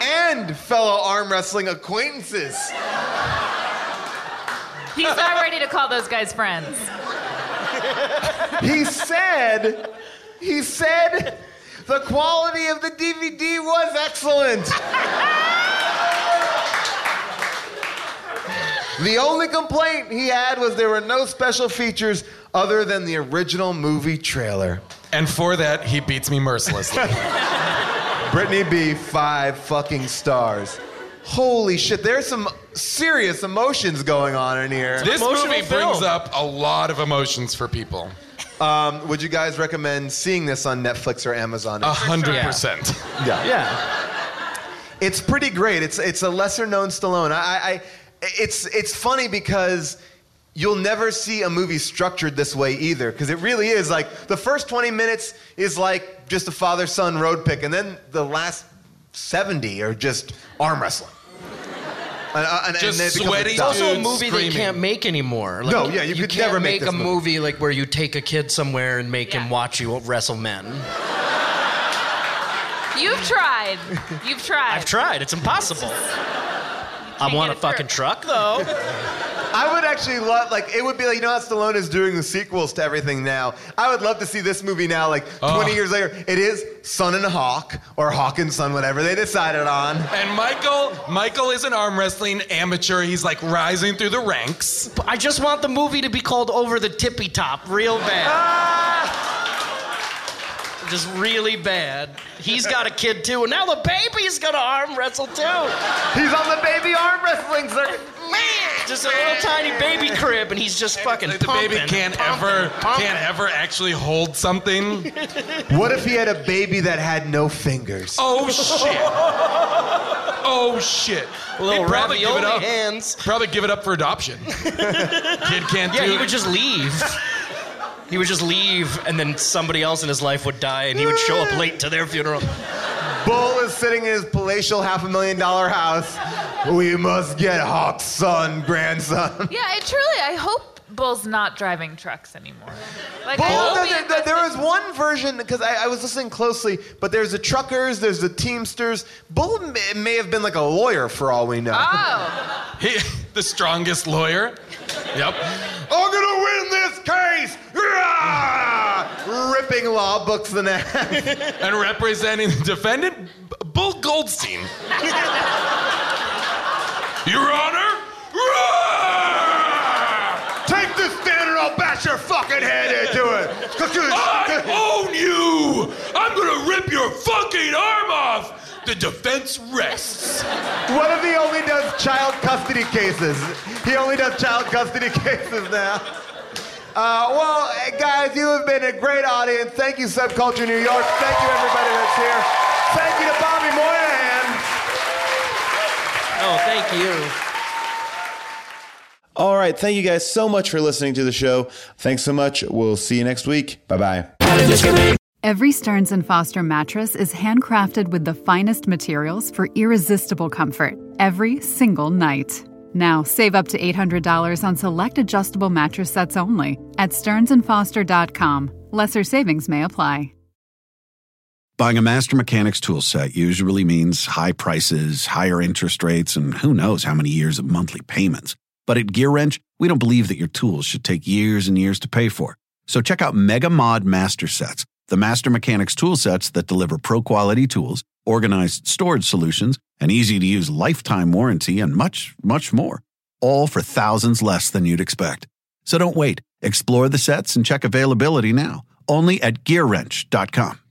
[SPEAKER 2] and fellow arm wrestling acquaintances.
[SPEAKER 6] He's not ready to call those guys friends.
[SPEAKER 2] He said, he said, the quality of the DVD was excellent. The only complaint he had was there were no special features other than the original movie trailer.
[SPEAKER 3] And for that, he beats me mercilessly.
[SPEAKER 2] Brittany B, five fucking stars. Holy shit, there's some serious emotions going on in here.
[SPEAKER 3] This movie brings up a lot of emotions for people.
[SPEAKER 2] Um, would you guys recommend seeing this on Netflix or Amazon?
[SPEAKER 3] A hundred percent.
[SPEAKER 2] Yeah. It's pretty great. It's it's a lesser known Stallone. I, I- I it's it's funny because you'll never see a movie structured this way either because it really is like the first 20 minutes is like just a father son road pick and then the last 70 are just arm wrestling. And, uh, and- and
[SPEAKER 5] Just
[SPEAKER 2] they become
[SPEAKER 5] sweaty
[SPEAKER 2] adults.
[SPEAKER 5] It's also a movie they can't make anymore. Like,
[SPEAKER 2] No, yeah, you could
[SPEAKER 5] can't
[SPEAKER 2] never make
[SPEAKER 5] a
[SPEAKER 2] this movie.
[SPEAKER 5] movie like where you take a kid somewhere and make him watch you wrestle men.
[SPEAKER 6] You've tried. You've tried.
[SPEAKER 5] I've tried. It's impossible. I want a fucking truck though.
[SPEAKER 2] I would actually love, like, it would be like, you know how Stallone is doing the sequels to everything now? I would love to see this movie now, like, 20
[SPEAKER 3] Oh.
[SPEAKER 2] years later. It is Son and Hawk, or Hawk and Son, whatever they decided on.
[SPEAKER 3] And Michael, Michael is an arm wrestling amateur. He's like rising through the ranks.
[SPEAKER 5] But I just want the movie to be called Over the Tippy Top, real bad. Ah! Just really bad. He's got a kid too, and now the baby's gonna arm wrestle too. He's
[SPEAKER 2] on the baby arm wrestling circuit.
[SPEAKER 5] Just a little tiny baby crib, and he's just fucking
[SPEAKER 3] The baby
[SPEAKER 5] pumping,
[SPEAKER 3] can't
[SPEAKER 5] pumping,
[SPEAKER 3] ever
[SPEAKER 5] pumping.
[SPEAKER 3] can't ever actually hold something.
[SPEAKER 2] What if he had a baby that had no fingers?
[SPEAKER 3] Oh shit. Oh shit.
[SPEAKER 5] Little
[SPEAKER 3] He'd probably give it
[SPEAKER 5] ravioli
[SPEAKER 3] up.
[SPEAKER 5] hands.
[SPEAKER 3] Probably give it up for adoption. Kid can't
[SPEAKER 5] Yeah,
[SPEAKER 3] do
[SPEAKER 5] he
[SPEAKER 3] it.
[SPEAKER 5] would just leave. He would just leave, and then somebody else in his life would die, and he would show up late to their funeral.
[SPEAKER 2] Bull is sitting in his palatial half a million dollar house. We must get Hawk's son, grandson.
[SPEAKER 6] Yeah, I truly, I hope Bull's not driving trucks anymore. Like, I
[SPEAKER 2] Bull
[SPEAKER 6] hope he-
[SPEAKER 2] doesn't- there was one version because I, I was listening closely, but there's the truckers, there's the teamsters. Bull may, may have been like a lawyer for all we know.
[SPEAKER 3] Ah,
[SPEAKER 6] Oh.
[SPEAKER 3] He, the strongest lawyer. Yep.
[SPEAKER 2] I'm gonna win this case! Rah! Ripping law books the neck.
[SPEAKER 3] And representing the defendant, B- Bull Goldstein. Your Honor,
[SPEAKER 2] Take this stand and I'll bash your fucking head into it.
[SPEAKER 3] I own you! I'm gonna rip your fucking arm off! The defense rests.
[SPEAKER 2] What if he only does child custody cases? He only does child custody cases now. Uh, well, eh, guys, you have been a great audience. Thank you, Subculture New York. Thank you, everybody that's here. Thank you to Bobby Moynihan.
[SPEAKER 5] Oh, thank you.
[SPEAKER 1] All right. Thank you guys so much for listening to the show. Thanks so much. We'll see you next week. Bye bye.
[SPEAKER 23] Every Stearns and Foster mattress is handcrafted with the finest materials for irresistible comfort every single night. Now save up to $800 on select adjustable mattress sets only at stearnsandfoster.com. Lesser savings may apply.
[SPEAKER 10] Buying a Master Mechanics tool set usually means high prices, higher interest rates, and who knows how many years of monthly payments. But at Gear Wrench, we don't believe that your tools should take years and years to pay for. So check out Mega Mod Master Sets, the Master Mechanics tool sets that deliver pro quality tools, organized storage solutions, an easy to use lifetime warranty, and much, much more. All for thousands less than you'd expect. So don't wait. Explore the sets and check availability now, only at gearwrench.com.